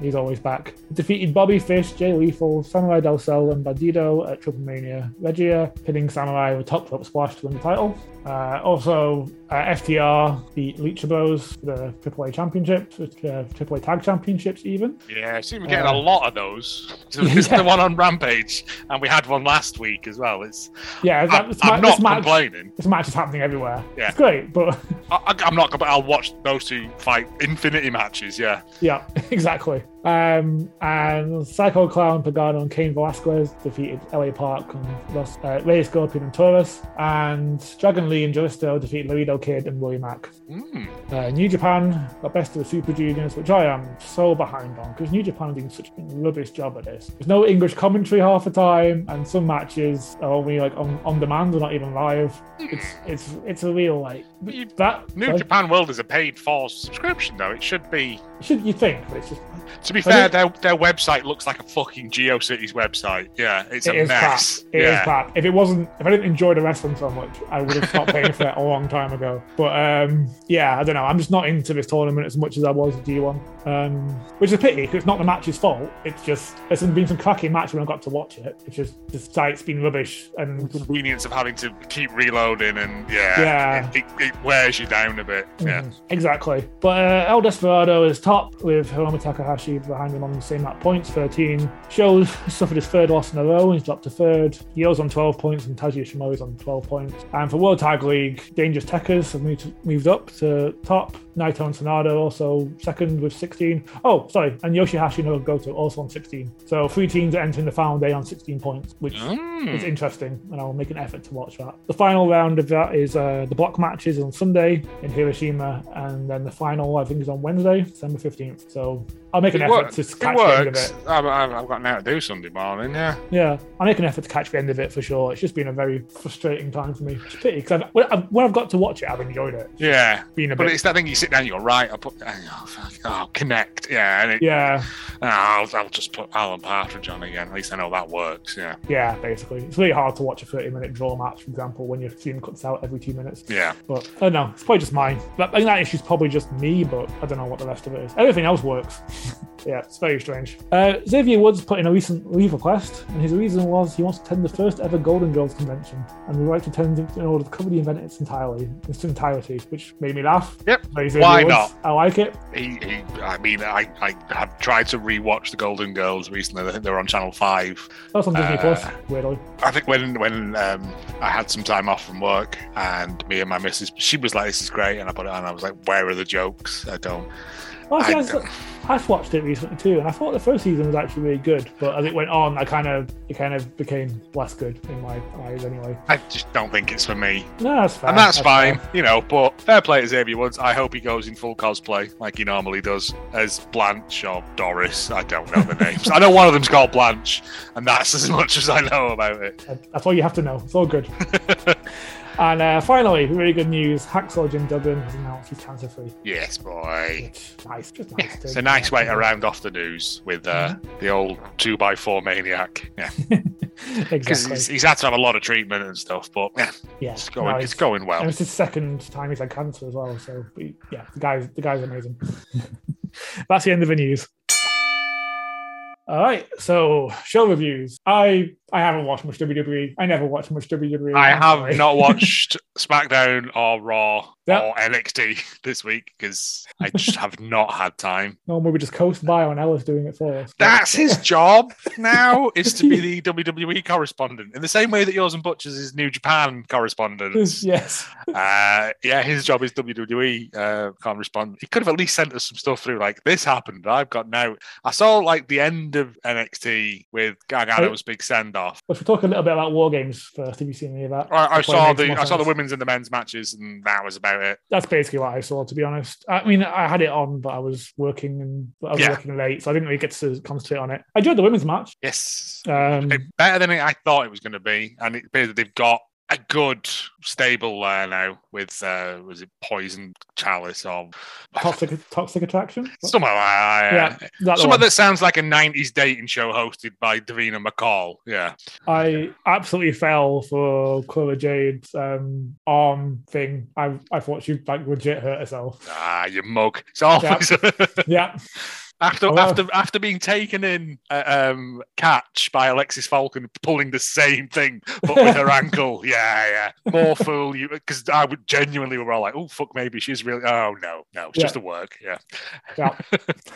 Speaker 1: He's always back. Defeated Bobby Fish, Jay Lethal, Samurai Del Sol, and Bandido at Triple Mania Regia, pinning Samurai with top rope splash to win the title. Uh, also, uh, FTR beat Lucha Bros for the Triple A Championships, uh, Triple A Tag Championships, even.
Speaker 2: Yeah, I seem we're getting
Speaker 1: Uh,
Speaker 2: a lot of those. So this is
Speaker 1: Yeah.
Speaker 2: the one on Rampage, and we had one last week as well. It's
Speaker 1: Yeah, that,
Speaker 2: I'm,
Speaker 1: this,
Speaker 2: I'm
Speaker 1: ma-
Speaker 2: not
Speaker 1: this match,
Speaker 2: complaining.
Speaker 1: this match is happening everywhere.
Speaker 2: Yeah.
Speaker 1: It's great, but.
Speaker 2: I, I- I'm not, compl- I'll watch those two fight Infinity matches. Yeah,
Speaker 1: Yeah, exactly. Um, and Psycho Clown, Pagano, and Kane Velasquez defeated LA Park and Los, uh, Rey Scorpion and Taurus. And Dragon Lee and Jalisto defeated Laredo Kid and Willie Mack.
Speaker 2: Hmm.
Speaker 1: Uh, New Japan got best of the Super Juniors, which I am so behind on because New Japan are doing such a rubbish job at this. There's no English commentary half the time, and some matches are only like on, on demand or not even live. It's it's it's a real like
Speaker 2: You-
Speaker 1: that.
Speaker 2: Hmm. New
Speaker 1: sorry,
Speaker 2: Japan World is a paid-for subscription, though. It should be.
Speaker 1: should you think? But it's just
Speaker 2: To be
Speaker 1: think-
Speaker 2: fair, their, their website looks like a fucking GeoCities website. Yeah, it's
Speaker 1: It
Speaker 2: a
Speaker 1: is crap.
Speaker 2: mess.
Speaker 1: It is
Speaker 2: yeah.
Speaker 1: crap. If it wasn't, if I didn't enjoy the wrestling so much, I would have stopped paying for it a long time ago. But um, yeah, I don't know. I'm just not into this tournament as much as I was the G1, um, which is a pity 'cause it's not the match's fault. It's just there's been some cracking matches when I got to watch it. It's just the site's been rubbish and
Speaker 2: The convenience of having to keep reloading and yeah,
Speaker 1: Yeah. Mm-hmm.
Speaker 2: It, it, it wears you down a bit. Yeah.
Speaker 1: Mm, exactly. But uh, El Desperado is top with Hiroma Takahashi leave behind him on the same amount of points, 13. Show suffered his third loss in a row, he's dropped to third. Yo's on 12 points and Taji Shimori's on 12 points. And for World Tag League, Dangerous Techers have moved, moved up to top. Naito and Sonada also second with 16. Oh, sorry, and Yoshihashi no Goto also on 16. So three teams are entering the final day on 16 points, which
Speaker 2: Mm.
Speaker 1: it's interesting, and I'll make an effort to watch that. The final round of that is uh, the block matches on Sunday in Hiroshima, and then the final I think is on Wednesday, December fifteenth. So I'll make an
Speaker 2: It
Speaker 1: effort
Speaker 2: works.
Speaker 1: to
Speaker 2: It
Speaker 1: catch the end of
Speaker 2: works.
Speaker 1: it.
Speaker 2: I've, I've I've got now to do Sunday morning. Yeah.
Speaker 1: Yeah, I'll make an effort to catch the end of it for sure. It's just been a very frustrating time for me. It's a pity because I've, when I've- when I've got to watch it, I've enjoyed it.
Speaker 2: Yeah.
Speaker 1: It's been a
Speaker 2: But
Speaker 1: bit.
Speaker 2: it's that thing you sit down, you're right. I put, oh, fuck, oh, connect. Yeah. And it,
Speaker 1: Yeah,
Speaker 2: I'll, I'll just put Alan Partridge on again. At least I know that works. Yeah.
Speaker 1: yeah, basically. It's really hard to watch a 30 minute draw match, for example, when your team cuts out every two minutes.
Speaker 2: Yeah.
Speaker 1: But I don't know. It's probably just mine. That, I think that issue's probably just me, but I don't know what the rest of it is. Everything else works. yeah, it's very strange. Uh, Xavier Woods put in a recent leave request, and his reason was he wants to attend the first ever Golden Girls convention, and would like to attend in order to cover the event in its entirely, in its entirety, which made me laugh.
Speaker 2: Yep.
Speaker 1: Very
Speaker 2: Why
Speaker 1: Xavier
Speaker 2: not?
Speaker 1: Woods. I like it.
Speaker 2: He, he, I mean, I, I have tried to rewatch the Golden Girls recently. I think they were on Channel 5.
Speaker 1: That's on Disney
Speaker 2: Uh,
Speaker 1: Plus. Weirdly.
Speaker 2: I think when when um, I had some time off from work and me and my missus, she was like, "This is great," and I put it on. I was like, "Where are the jokes?" I don't.
Speaker 1: Well,
Speaker 2: I
Speaker 1: I, see, I, have watched it recently too, and I thought the first season was actually really good, but as it went on, I kind of it kind of became less good in my eyes anyway.
Speaker 2: I just don't think it's for me,
Speaker 1: No, that's fine.
Speaker 2: and that's fine, you know. But fair play to Xavier Woods. I hope he goes in full cosplay like he normally does as Blanche or Doris. I don't know the names. I know one of them's called Blanche, and that's as much as I know about it.
Speaker 1: Uh, That's all you have to know. It's all good. and uh, finally, really good news: Hacksaw Jim Duggan has announced he's cancer free.
Speaker 2: Yes, boy.
Speaker 1: Nice, just nice.
Speaker 2: Yeah,
Speaker 1: to-
Speaker 2: it's a nice way to round off the news with uh, the old two by four maniac. Yeah. because
Speaker 1: Exactly.
Speaker 2: he's, he's had to have a lot of treatment and stuff, but yeah,
Speaker 1: Yeah,
Speaker 2: it's
Speaker 1: no,
Speaker 2: going, it's,
Speaker 1: he's-
Speaker 2: going
Speaker 1: And
Speaker 2: well.
Speaker 1: it's his second time he's had cancer as well. So but he- yeah, the guy's the guy's amazing. That's the end of the news. All right, so show reviews. I I haven't watched much WWE. I never watch much E. WWE.
Speaker 2: I
Speaker 1: I'm sorry.
Speaker 2: have not watched SmackDown or Raw
Speaker 1: Yeah.
Speaker 2: or NXT this week because I just have not had time.
Speaker 1: Normally we just coast by on Ellis doing it for us.
Speaker 2: That's his job now is to be the WWE correspondent in the same way that yours and Butchers is New Japan correspondent.
Speaker 1: yes.
Speaker 2: uh, yeah, his job is WWE uh, can't respond. He could have at least sent us some stuff through like this happened. I've got now. I saw like the end of NXT with Gargano's big send off.
Speaker 1: Let's talk a little bit about war games first. Have you seen any of that?
Speaker 2: I, I
Speaker 1: Before it
Speaker 2: saw
Speaker 1: makes
Speaker 2: the
Speaker 1: more
Speaker 2: I saw the
Speaker 1: sense.
Speaker 2: women's and the men's matches, and that was about it.
Speaker 1: That's basically what I saw, to be honest. I mean, I had it on, but I was working and I was
Speaker 2: Yeah.
Speaker 1: working late, so I didn't really get to concentrate on it. I enjoyed the women's match.
Speaker 2: Yes,
Speaker 1: Um,
Speaker 2: It- better than I thought it was going to be, and it appears that they've got a good stable there now with uh, was it Poison Chalice or
Speaker 1: toxic, toxic attraction.
Speaker 2: something like that.
Speaker 1: yeah,
Speaker 2: Yeah.
Speaker 1: that
Speaker 2: Someone
Speaker 1: one.
Speaker 2: that sounds like a 90s dating show hosted by Davina McCall. Yeah.
Speaker 1: I absolutely fell for Cora Jade's um, arm thing. I I thought she like legit hurt herself.
Speaker 2: Ah, you mug. It's always
Speaker 1: yeah,
Speaker 2: after
Speaker 1: Oh, wow.
Speaker 2: after after being taken in uh, um, catch by Alexis Falcon, pulling the same thing but with her ankle. Yeah, yeah. More fool you, because I would genuinely we were all like, oh fuck, maybe she's really. Oh no, no, it's
Speaker 1: Yeah.
Speaker 2: just the work. Yeah,
Speaker 1: yeah.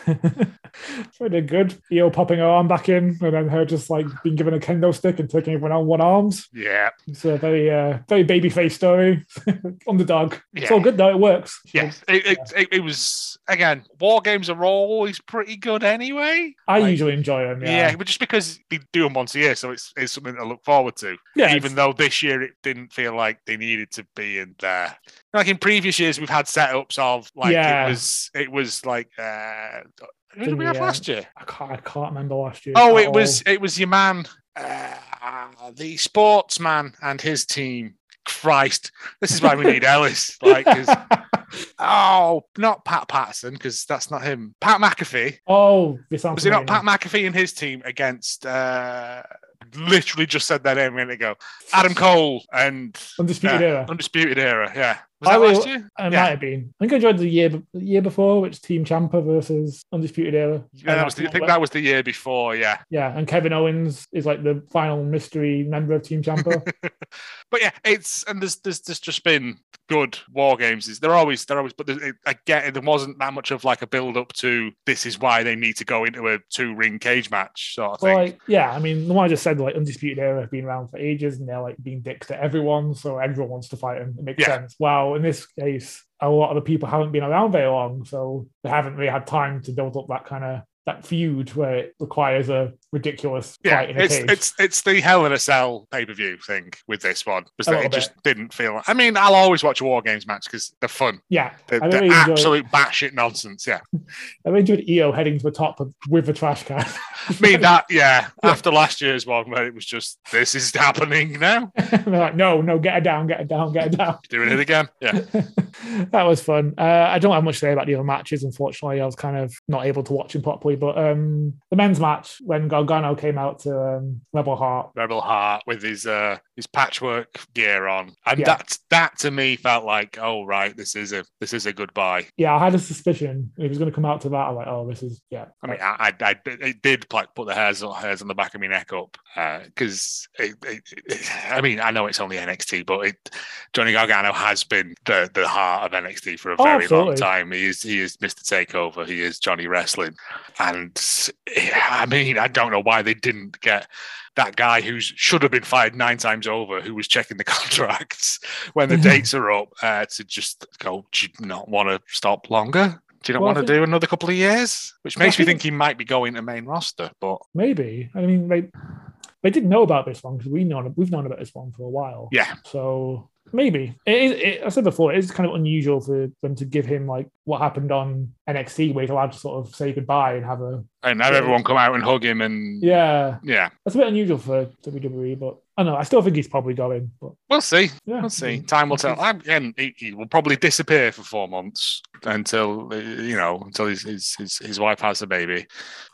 Speaker 1: so I did good. Io popping her arm back in, and then her just like being given a kendo stick and taking everyone on one arms.
Speaker 2: yeah,
Speaker 1: It's a very uh, very babyface story. Underdog. It's
Speaker 2: Yeah.
Speaker 1: all good though. It works.
Speaker 2: yeah. It, it, it, it was again. War games are always pretty good anyway.
Speaker 1: I
Speaker 2: Like,
Speaker 1: usually enjoy them.
Speaker 2: Yeah.
Speaker 1: Yeah.
Speaker 2: but just because they do them once a year, so it's it's something to look forward to.
Speaker 1: Yeah.
Speaker 2: even though this year it didn't feel like they needed to be in there. Like in previous years, we've had setups of like
Speaker 1: Yeah.
Speaker 2: it was it was like uh, who did
Speaker 1: Didn't
Speaker 2: we
Speaker 1: we,
Speaker 2: have
Speaker 1: uh,
Speaker 2: last year?
Speaker 1: I can't, I can't remember last year.
Speaker 2: Oh,
Speaker 1: at
Speaker 2: it was
Speaker 1: all.
Speaker 2: it was your man, uh, the sportsman and his team. Christ, this is why we need Ellis. Like, 'cause- oh, not Pat Patterson because that's not him. Pat McAfee
Speaker 1: oh, this sounds
Speaker 2: was it not
Speaker 1: familiar.
Speaker 2: Pat McAfee and his team against? uh Literally just said that name a minute ago. Adam Cole and
Speaker 1: Undisputed
Speaker 2: Yeah.
Speaker 1: Era.
Speaker 2: Undisputed Era, yeah. Was that
Speaker 1: I will-
Speaker 2: last year?
Speaker 1: It
Speaker 2: Yeah.
Speaker 1: might have been. I think I joined the year the year before, which Team Champa versus Undisputed Era.
Speaker 2: Yeah, that was the, I think that was the year before, yeah.
Speaker 1: Yeah, and Kevin Owens is like the final mystery member of Team Champa.
Speaker 2: But yeah, it's and there's there's, there's just been good war games. Is they're always they're always, but there's- it- I get it. There wasn't that much of like a build up to this is why they need to go into a two ring cage match sort of
Speaker 1: Well,
Speaker 2: thing.
Speaker 1: like, yeah, I mean, the one I just said, like Undisputed Era have been around for ages, and they're like being dicks to everyone, so everyone wants to fight them. It makes
Speaker 2: Yeah.
Speaker 1: sense. Well, in this case, a lot of the people haven't been around very long, so they haven't really had time to build up that kind of that feud where it requires a ridiculous
Speaker 2: yeah,
Speaker 1: fight in a
Speaker 2: it's
Speaker 1: cage.
Speaker 2: it's it's the Hell in a Cell pay per view thing with this one
Speaker 1: A
Speaker 2: because
Speaker 1: little
Speaker 2: it just didn't feel. I mean, I'll always watch a war games match because they're fun.
Speaker 1: yeah,
Speaker 2: They're,
Speaker 1: I
Speaker 2: they're
Speaker 1: really enjoy-
Speaker 2: absolute batshit nonsense. Yeah,
Speaker 1: I really enjoyed EO E heading to the top of, with the trash can.
Speaker 2: I mean that. Yeah, after last year's one where it was just this is happening now.
Speaker 1: they're like, no, no, get her down, get her down, get her down.
Speaker 2: Doing it again. Yeah,
Speaker 1: that was fun. Uh, I don't have much to say about the other matches. Unfortunately, I was kind of not able to watch them properly. But um, the men's match when Gargano came out to um, Rebel Heart,
Speaker 2: Rebel Heart with his uh his patchwork gear on, and
Speaker 1: Yeah.
Speaker 2: that that to me felt like oh right, this is a this is a goodbye.
Speaker 1: yeah, I had a suspicion he was going to come out to that. I'm like, oh, this is yeah.
Speaker 2: I mean, I, I, I it did like put the hairs hairs on the back of my neck up because it, it, it- I mean I know it's only NXT, but it, Johnny Gargano has been the, the heart of NXT for a
Speaker 1: Oh,
Speaker 2: very long
Speaker 1: absolutely.
Speaker 2: time. He is he is Mr. Takeover. He is Johnny Wrestling, and I mean I don't know why they didn't get that guy who should have been fired nine times over, who was checking the contracts when the dates are up, uh, to just go. Do you not want to stop longer? Do you not
Speaker 1: Well, I
Speaker 2: want to
Speaker 1: think-
Speaker 2: do another couple of years? Which
Speaker 1: Well, I
Speaker 2: makes me
Speaker 1: think-
Speaker 2: think he might be going to main roster, but
Speaker 1: maybe. I mean, they they didn't know about this one because we know we've known about this one for a while.
Speaker 2: yeah,
Speaker 1: So maybe it is. It, I said before, it is kind of unusual for them to give him like what happened on NXT, where he's allowed to sort of say goodbye and have a
Speaker 2: and have
Speaker 1: Yeah.
Speaker 2: everyone come out and hug him and yeah.
Speaker 1: yeah. That's a bit unusual for WWE, but I don't know. I still think he's probably going. But
Speaker 2: We'll see.
Speaker 1: yeah,
Speaker 2: We'll see. Time will tell. I'm, and he, he will probably disappear for four months until uh, you know until his his, his his wife has a baby,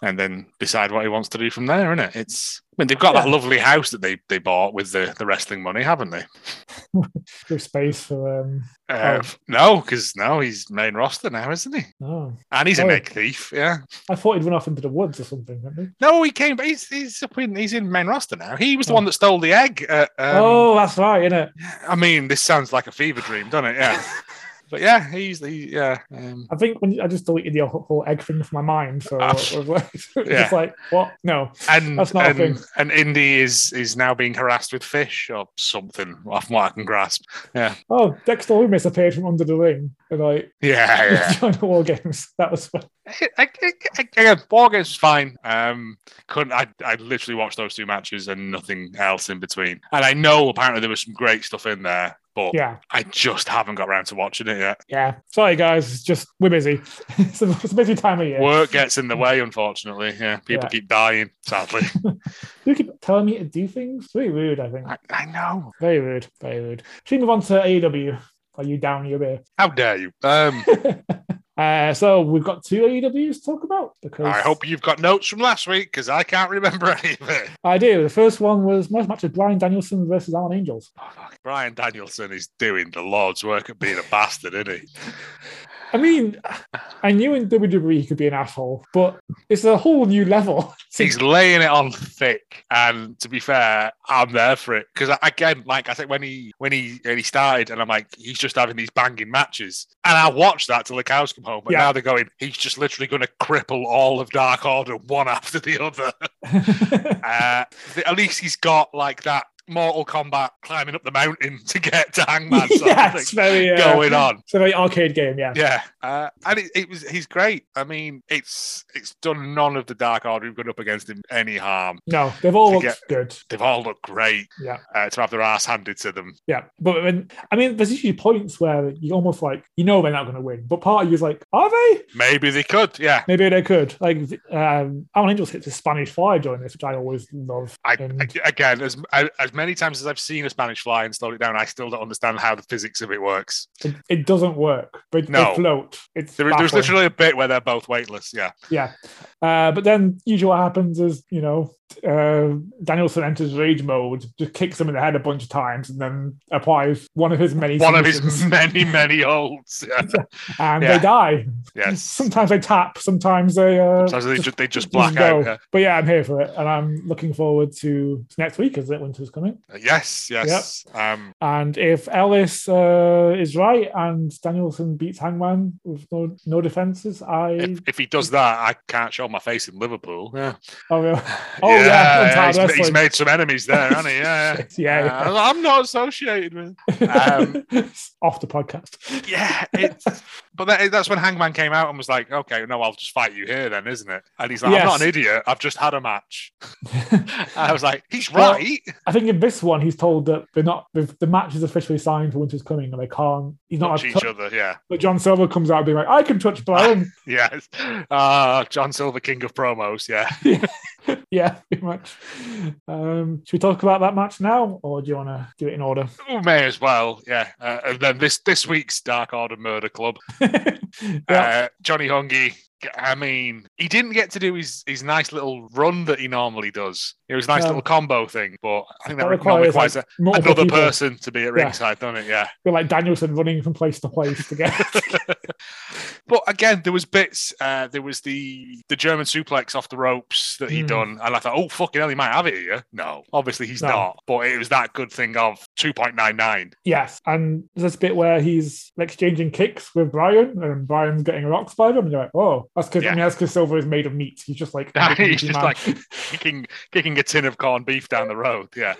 Speaker 2: and then decide what he wants to do from there. Isn't it? It's. I mean, they've got that
Speaker 1: Yeah.
Speaker 2: lovely house that they, they bought with the, the wrestling money, haven't they?
Speaker 1: There's space for um.
Speaker 2: Uh,
Speaker 1: Oh.
Speaker 2: f- No, because now he's main roster now, isn't he?
Speaker 1: No,
Speaker 2: And he's a
Speaker 1: Oh.
Speaker 2: neck thief. Yeah.
Speaker 1: I thought he'd run off into the woods or something. hadn't he?
Speaker 2: No, he came, but he's he's up in he's in main roster now. He was the
Speaker 1: Oh.
Speaker 2: one that stole the egg. Uh, um,
Speaker 1: oh, that's right, isn't it?
Speaker 2: I mean, this sounds like a fever dream, doesn't it? Yeah, but yeah, he's the yeah. Um,
Speaker 1: I think when I just deleted the whole egg thing from my mind, so
Speaker 2: Ah,
Speaker 1: it was like, it's
Speaker 2: yeah.
Speaker 1: like what? No,
Speaker 2: and
Speaker 1: That's not a
Speaker 2: and,
Speaker 1: thing.
Speaker 2: and Indy is is now being harassed with fish or something, off what I can grasp.
Speaker 1: oh, Dexter Loomis appeared from under the ring, and like
Speaker 2: Yeah, yeah.
Speaker 1: joined the War Games. That was fun.
Speaker 2: I- I- I- Again, war games was fine. Um, couldn't I? I literally watched those two matches and nothing else in between. And I know apparently there was some great stuff in there, but
Speaker 1: Yeah,
Speaker 2: I just haven't got around to watching it yet.
Speaker 1: yeah. Sorry guys, it's just we're busy. it's, a, it's a busy time of year.
Speaker 2: Work gets in the way, unfortunately. Yeah, people
Speaker 1: Yeah.
Speaker 2: keep dying. Sadly,
Speaker 1: You keep telling me to do things. It's really rude, I think.
Speaker 2: I, I know.
Speaker 1: Very rude. Very rude. Should we move on to AEW? Are you down your beer?
Speaker 2: How dare you? Um,
Speaker 1: Uh, so we've got two AEWs to talk about because
Speaker 2: I hope you've got notes from last week because I can't remember any of it.
Speaker 1: I do. The first one was most match of Brian Danielson versus Alan Angels.
Speaker 2: Oh, fuck. Brian Danielson is doing the Lord's work of being a bastard, isn't he?
Speaker 1: I mean, I knew in WWE he could be an asshole, but it's a whole new level.
Speaker 2: He's laying it on thick, and to be fair, I'm there for it because again, like I said, when he when he when he started, and I'm like, he's just having these banging matches, and I watched that till the cows come home. But
Speaker 1: Yeah.
Speaker 2: now they're going, he's just literally going to cripple all of Dark Order one after the other. Uh, th- at least he's got like that Mortal Kombat climbing up the mountain to get to Hangman sort
Speaker 1: yeah,
Speaker 2: of
Speaker 1: it's
Speaker 2: thing
Speaker 1: very uh,
Speaker 2: going on.
Speaker 1: It's a very arcade game. Yeah,
Speaker 2: Yeah, uh, and it, it was he's great. I mean, it's it's done none of the Dark Order who've gone up against him any harm.
Speaker 1: no, they've all
Speaker 2: To
Speaker 1: looked
Speaker 2: get-
Speaker 1: good.
Speaker 2: They've all looked great.
Speaker 1: Yeah.
Speaker 2: uh, to have their ass handed to them.
Speaker 1: Yeah, but when, I mean, there's usually points where you almost like you know they're not going to win, but part of you's like, are they?
Speaker 2: Maybe they could. Yeah,
Speaker 1: Maybe they could. Like um, Alan Angels hits a Spanish fire during this, which I always love.
Speaker 2: I,
Speaker 1: And-
Speaker 2: I- again as as many times as I've seen a Spanish fly and slowed it down, I still don't understand how the physics of it works.
Speaker 1: It, it doesn't work. They, they
Speaker 2: No.
Speaker 1: float. It's
Speaker 2: There, there's
Speaker 1: baffling.
Speaker 2: literally a bit where they're both weightless. Yeah.
Speaker 1: Yeah. Uh, but then usually what happens is, you know, uh, Danielson enters rage mode, just kicks him in the head a bunch of times, and then applies one of his many
Speaker 2: One of his
Speaker 1: submissions,
Speaker 2: many, many holds. Yeah.
Speaker 1: and
Speaker 2: yeah.
Speaker 1: they die.
Speaker 2: Yes.
Speaker 1: Sometimes they tap, sometimes they uh
Speaker 2: Sometimes they just, they just
Speaker 1: just
Speaker 2: black
Speaker 1: go.
Speaker 2: out. yeah.
Speaker 1: But yeah, I'm here for it. And I'm looking forward to next week as it winter's coming.
Speaker 2: Yes, yes. Um,
Speaker 1: And if Ellis uh, is right and Danielson beats Hangman with no no defenses, I
Speaker 2: if, if he does that, I can't show my face in Liverpool. Yeah.
Speaker 1: oh, yeah. Oh, yeah,
Speaker 2: yeah,
Speaker 1: untied
Speaker 2: he's, he's
Speaker 1: wrestling.
Speaker 2: made some enemies there, hasn't he? Yeah, yeah.
Speaker 1: yeah,
Speaker 2: Uh, I'm not associated with. Um,
Speaker 1: off the podcast.
Speaker 2: Yeah, it's, but that, that's when Hangman came out and was like, "Okay, no, I'll just fight you here, then, isn't it?" And he's like, "I'm
Speaker 1: Yes.
Speaker 2: not an idiot. I've just had a match." I was like, "He's
Speaker 1: Well-
Speaker 2: right."
Speaker 1: I think in this one, he's told that they're not the the match is officially signed for Winter's Coming, and they can't. He's not.
Speaker 2: Touch
Speaker 1: a
Speaker 2: each
Speaker 1: tou-
Speaker 2: other, yeah,
Speaker 1: but John Silver comes out being like, "I can touch Brian."
Speaker 2: yes. Uh, John Silver, King of Promos, yeah.
Speaker 1: yeah, pretty much. Um, should we talk about that match now, or do you want to do it in order?
Speaker 2: Ooh, may as well, yeah. Uh, and then this this week's Dark Order Murder Club,
Speaker 1: yeah,
Speaker 2: Uh, Johnny Hungy. I mean, he didn't get to do his, his nice little run that he normally does. It was a nice
Speaker 1: No.
Speaker 2: little combo thing, but I think
Speaker 1: That
Speaker 2: that, re-
Speaker 1: requires,
Speaker 2: normally requires a-
Speaker 1: multiple
Speaker 2: another
Speaker 1: people.
Speaker 2: person to be at
Speaker 1: Yeah.
Speaker 2: ringside, doesn't it? Yeah.
Speaker 1: Feel like Danielson running from place to place to get.
Speaker 2: But again, there was bits. Uh, there was the the German suplex off the ropes that he
Speaker 1: Hmm.
Speaker 2: done, and I thought, oh fucking hell, he might have it here. No, obviously he's
Speaker 1: No.
Speaker 2: not. But it was that good thing of two point nine nine.
Speaker 1: yes, and there's this bit where he's exchanging kicks with Brian, and Brian's getting a rock spider, and you're like, "Oh, that's because I
Speaker 2: Yeah.
Speaker 1: mean, that's 'cause Silver is made of meat. He's just like a big
Speaker 2: He's
Speaker 1: meaty
Speaker 2: just
Speaker 1: man.
Speaker 2: like kicking kicking a tin of corned beef down the road. Yeah.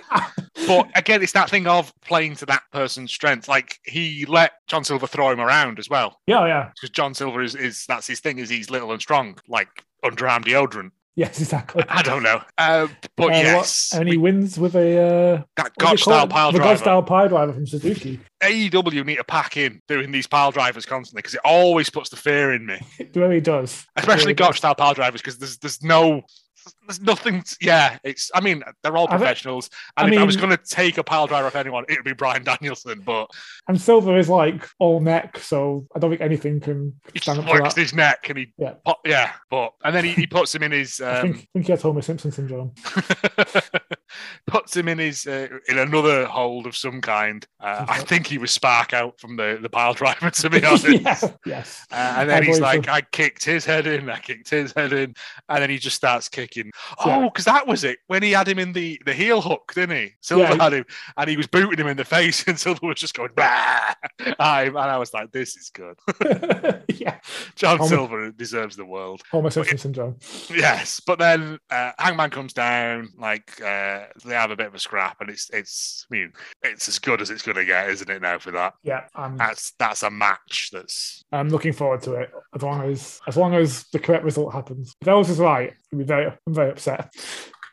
Speaker 2: but again, it's that thing of playing to that person's strength. Like he let John Silver throw him around as well,
Speaker 1: yeah, yeah,
Speaker 2: because John Silver is, is that's his thing. Is he's little and strong, like underarm deodorant.
Speaker 1: yes, exactly.
Speaker 2: I don't know. Uh, but
Speaker 1: Uh, what-
Speaker 2: yes,
Speaker 1: and he wins with a uh, What
Speaker 2: that
Speaker 1: do you
Speaker 2: God
Speaker 1: call
Speaker 2: style
Speaker 1: it?
Speaker 2: pile
Speaker 1: the
Speaker 2: driver.
Speaker 1: God style pile driver from Suzuki.
Speaker 2: AEW need to pack in doing these pile drivers constantly because it always puts the fear in me,
Speaker 1: It really does.
Speaker 2: especially
Speaker 1: It really
Speaker 2: Gotch style pile drivers because there's there's no there's nothing. t- yeah, it's I mean they're all
Speaker 1: I think-
Speaker 2: professionals,
Speaker 1: I
Speaker 2: and if I was
Speaker 1: mean-
Speaker 2: going to take a pile driver off anyone, it would be Brian Danielson, but
Speaker 1: does. And Silver is like all neck, so I don't think anything can
Speaker 2: he
Speaker 1: stand
Speaker 2: just
Speaker 1: up for
Speaker 2: works
Speaker 1: that.
Speaker 2: his neck and he
Speaker 1: Yeah.
Speaker 2: yeah, pop, yeah but and then he, he puts him in his
Speaker 1: I
Speaker 2: um,
Speaker 1: think, think he has Homer Simpson syndrome.
Speaker 2: puts him in his uh, in another hold of some kind. Uh, I think he was spark out from the the pile driver to be honest.
Speaker 1: yes, yes.
Speaker 2: Uh, and
Speaker 1: I
Speaker 2: then he's
Speaker 1: believe
Speaker 2: like,
Speaker 1: so.
Speaker 2: I kicked his head in, I kicked his head in, and then he just starts kicking.
Speaker 1: Yeah.
Speaker 2: Oh, because that was it when he had him in the, the heel hook, didn't he? Silver
Speaker 1: Yeah, he-
Speaker 2: had him, and he was booting him in the face, and Silver was just going, bah! I, and I was like, this is good.
Speaker 1: yeah,
Speaker 2: John
Speaker 1: Homer-
Speaker 2: Silver deserves the world.
Speaker 1: Homer Simpson syndrome.
Speaker 2: Yes, but then uh, Hangman comes down, like uh, they have a bit of a scrap, and it's it's I mean, it's as good as it's going to get, isn't it? Now for that,
Speaker 1: Yeah, I'm,
Speaker 2: that's that's a match that's
Speaker 1: I'm looking forward to it as long as as long as the correct result happens. If Ellis is right, I'll be very I'm very upset.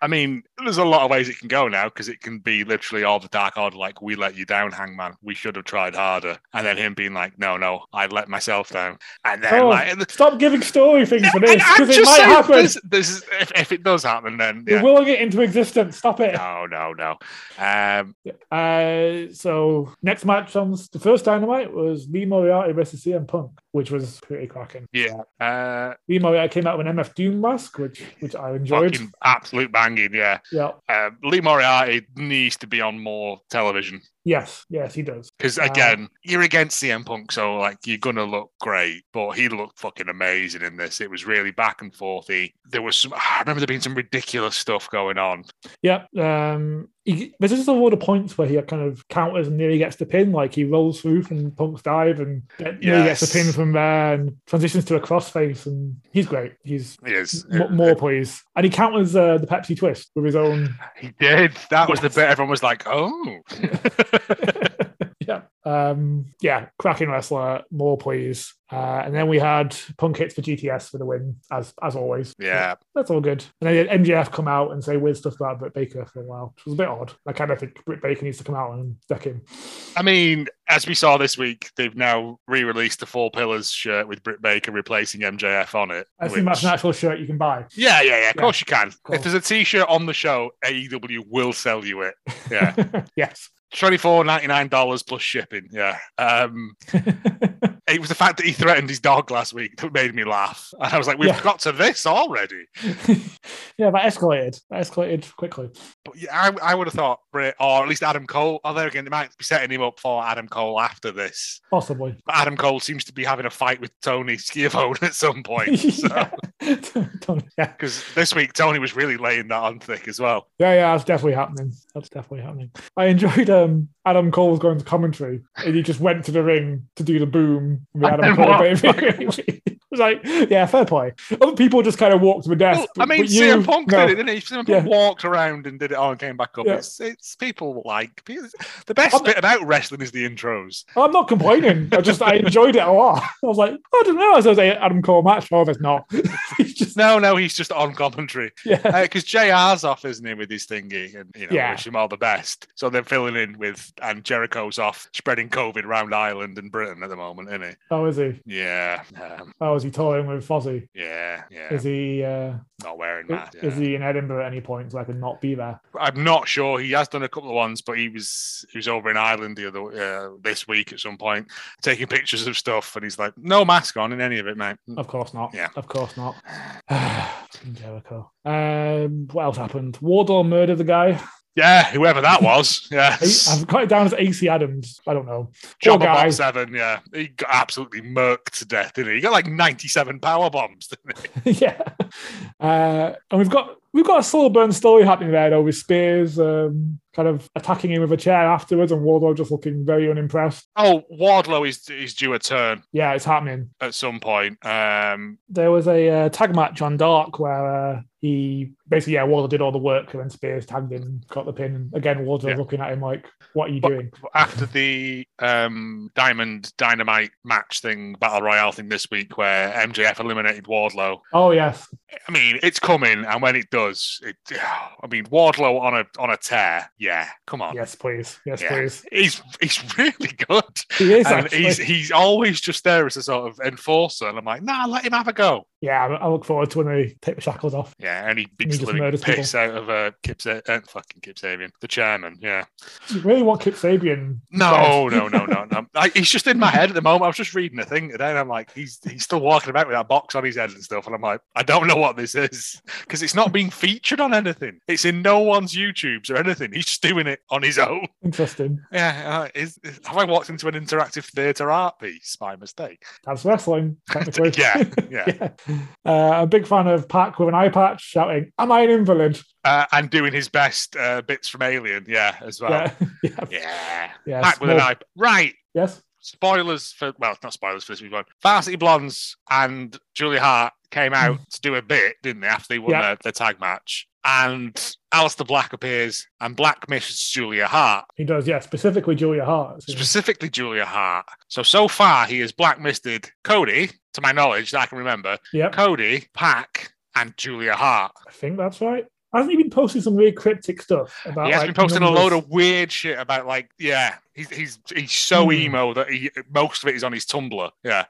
Speaker 2: I mean, there's a lot of ways it can go now because it can be literally all the dark order, like we let you down, Hangman. We should have tried harder, and then him being like, "No, no, I let myself down," and then
Speaker 1: Oh,
Speaker 2: like, and
Speaker 1: Stop giving story things for this
Speaker 2: I'm
Speaker 1: because it
Speaker 2: just
Speaker 1: might
Speaker 2: saying,
Speaker 1: happen.
Speaker 2: This, this is, if, if it does happen, then
Speaker 1: You're
Speaker 2: yeah.
Speaker 1: willing it into existence. Stop it.
Speaker 2: No, no, no. Um,
Speaker 1: Uh, so next match on s- the first Dynamite was Lee Moriarty versus CM Punk, which was pretty cracking.
Speaker 2: uh,
Speaker 1: Lee Moriarty came out with an MF Doom mask, which which I enjoyed.
Speaker 2: fucking absolute banging, yeah.
Speaker 1: Yeah.
Speaker 2: Uh, Lee Moriarty needs to be on more television
Speaker 1: Yes. Yes, he does.
Speaker 2: because,
Speaker 1: Wow.
Speaker 2: again, you're against CM Punk, so like you're gonna look great, but he looked fucking amazing in this. It was really back and forthy. There was some, ah, I remember there being some ridiculous stuff going on.
Speaker 1: Yep. Um, he, there's just a lot of points where he kind of counters and nearly gets the pin. Like he rolls through from Punk's dive and get, nearly gets the
Speaker 2: Yes.
Speaker 1: pin from there and transitions to a crossface. And he's great. He's
Speaker 2: It is
Speaker 1: m- more please. And he counters uh, the Pepsi twist with his own
Speaker 2: He did. That was the
Speaker 1: Yes.
Speaker 2: bit everyone was like, oh.
Speaker 1: yeah. Um, yeah, cracking wrestler, more please. Uh, and then we had Punk hits for GTS for the win, as as always.
Speaker 2: yeah.
Speaker 1: That's all good. And then MGF come out and say weird stuff about Britt Baker for a while, which was a bit odd. I kind of think Britt Baker needs to come out and deck him.
Speaker 2: I mean, as we saw this week, they've now re-released the Four Pillars shirt with Britt Baker replacing MJF on it.
Speaker 1: I think that's an actual shirt you can buy.
Speaker 2: Yeah, yeah, yeah. Of course you can.
Speaker 1: Cool.
Speaker 2: If there's a T-shirt on the show, AEW will sell you it. Yeah,
Speaker 1: yes.
Speaker 2: twenty four ninety nine dollars plus shipping. Yeah. Um, it was the fact that he threatened his dog last week that made me laugh. And I was like, we've
Speaker 1: Yeah.
Speaker 2: got to this already.
Speaker 1: yeah, that escalated. That escalated quickly.
Speaker 2: But yeah, I, I would have thought Britt, or at least Adam Cole. Oh, there again, they might be setting him up for Adam Cole after this.
Speaker 1: Possibly.
Speaker 2: But Adam Cole seems to be having a fight with Tony Schiavone at some point.
Speaker 1: yeah. Don't- yeah.
Speaker 2: Because this week, Tony was really laying that on thick as well.
Speaker 1: Yeah, yeah, that's definitely happening. That's definitely happening. I enjoyed um, Adam Cole's going to commentary, and he just went to the ring to do the boom with Adam
Speaker 2: And
Speaker 1: Cole,
Speaker 2: what?
Speaker 1: baby. it was like, yeah, fair play. Other people just kind of walked to the desk.
Speaker 2: Well, I
Speaker 1: but-
Speaker 2: mean,
Speaker 1: but you-
Speaker 2: CM Punk
Speaker 1: no.
Speaker 2: did it, didn't he? CM Punk
Speaker 1: Yeah.
Speaker 2: walked around and did it all and came back up.
Speaker 1: Yeah.
Speaker 2: It's, it's people like people- the best
Speaker 1: I'm-
Speaker 2: bit about wrestling is the intros.
Speaker 1: I'm not complaining. I just I enjoyed it a lot. I was like, I don't know. There was an Adam Cole match. Oh, there's not. He's just
Speaker 2: No, no, he's just on commentary Uh,
Speaker 1: yeah,
Speaker 2: because JR's off, isn't he, with his thingy, and you know,
Speaker 1: Yeah.
Speaker 2: wish him all the best. So they're filling in with, and Jericho's off spreading COVID round Ireland and Britain at the moment, isn't he?
Speaker 1: oh, is he?
Speaker 2: Yeah, um,
Speaker 1: Oh, is he toying with Fozzy?
Speaker 2: yeah, yeah.
Speaker 1: Is he? Uh,
Speaker 2: Not wearing that.
Speaker 1: is he in Edinburgh at any point so I can not be there?
Speaker 2: I'm not sure. He has done a couple of ones, but he was he was over in Ireland the other uh, this week at some point, taking pictures of stuff, and he's like, no mask on in any of it, mate.
Speaker 1: Of course not.
Speaker 2: Yeah.
Speaker 1: Of course not. Jericho. Um, what else happened? Wardlaw murdered the guy.
Speaker 2: Yeah, whoever that was, yeah,
Speaker 1: I- I've got it down as AC Adams. I don't know.
Speaker 2: Jobber
Speaker 1: guy.
Speaker 2: Bomb Seven, yeah, he got absolutely murked to death, didn't he? He got like 97 power bombs. Didn't he?
Speaker 1: yeah. Uh, and we've got we've got a slow burn story happening there though with Spears um, kind of attacking him with a chair afterwards and Wardlaw just looking very unimpressed.
Speaker 2: Oh, Wardlow is is due a turn
Speaker 1: Yeah, it's happening.
Speaker 2: at some point. Um,
Speaker 1: There was a uh, tag match on Dark where uh, he basically yeah Wardlaw did all the work and then Spears tagged him and got the pin. And again, Wardlaw
Speaker 2: Yeah.
Speaker 1: looking at him like, "What are you
Speaker 2: But-
Speaker 1: doing?"
Speaker 2: after the um, Diamond Dynamite match thing, Battle Royale thing this week, where MJF eliminated Wardlow,
Speaker 1: Oh yes,
Speaker 2: I mean, it's coming, and when it does, it. I mean, Wardlow on a on a tear. Yeah, come on.
Speaker 1: yes please, yes
Speaker 2: Yeah.
Speaker 1: please.
Speaker 2: He's he's really good,
Speaker 1: He is
Speaker 2: and
Speaker 1: actually.
Speaker 2: he's he's always just there as a sort of enforcer. And I'm like, nah, let him have a go.
Speaker 1: Yeah, I I look forward to when they take the shackles off.
Speaker 2: Yeah, and he
Speaker 1: he
Speaker 2: beats
Speaker 1: just
Speaker 2: the living
Speaker 1: murders
Speaker 2: piss out of uh, Kip, Sa- uh, fucking Kip Sabian, the chairman. Yeah,
Speaker 1: You really want Kip Sabian?
Speaker 2: no, no, no, no, no. I, he's just in my head at the moment. I was just reading a thing today, and I'm like, he's he's still walking about with that box on his head and stuff. And I'm like, I don't know what this is because it's not being featured on anything. It's in no one's YouTubes or anything. He's just doing it on his own.
Speaker 1: Interesting.
Speaker 2: Yeah, uh, is, is- have I walked into an interactive theatre art piece by mistake?
Speaker 1: That's wrestling, technically.
Speaker 2: Yeah, yeah.
Speaker 1: yeah. Uh, a big fan of Pac with an eye patch shouting, Am I an invalid?
Speaker 2: Uh, and doing his best uh, bits from Alien, yeah, as well. Yeah,
Speaker 1: Yeah. yeah. yeah.
Speaker 2: back with an
Speaker 1: small-
Speaker 2: eye. Right,
Speaker 1: Yes.
Speaker 2: spoilers for well, it's not spoilers for this week one. Varsity Blondes and Julia Hart came out to do a bit, didn't they? After they won
Speaker 1: Mm. Yeah.
Speaker 2: their, their tag match, and Alistair Black appears and Black misses Julia Hart,
Speaker 1: He does. Yeah. Specifically Julia Hart. So-
Speaker 2: specifically Julia Hart. So so far, he has black misted Cody, to my knowledge that I can remember.
Speaker 1: Yep.
Speaker 2: Cody Pack. And Julia Hart.
Speaker 1: I think that's right. Hasn't he been posting some really cryptic stuff about
Speaker 2: he has
Speaker 1: like,
Speaker 2: been posting a
Speaker 1: numbers?
Speaker 2: load of weird shit about like, yeah, he's he's he's so
Speaker 1: Hmm.
Speaker 2: emo that he most of it is on his Tumblr. Yeah.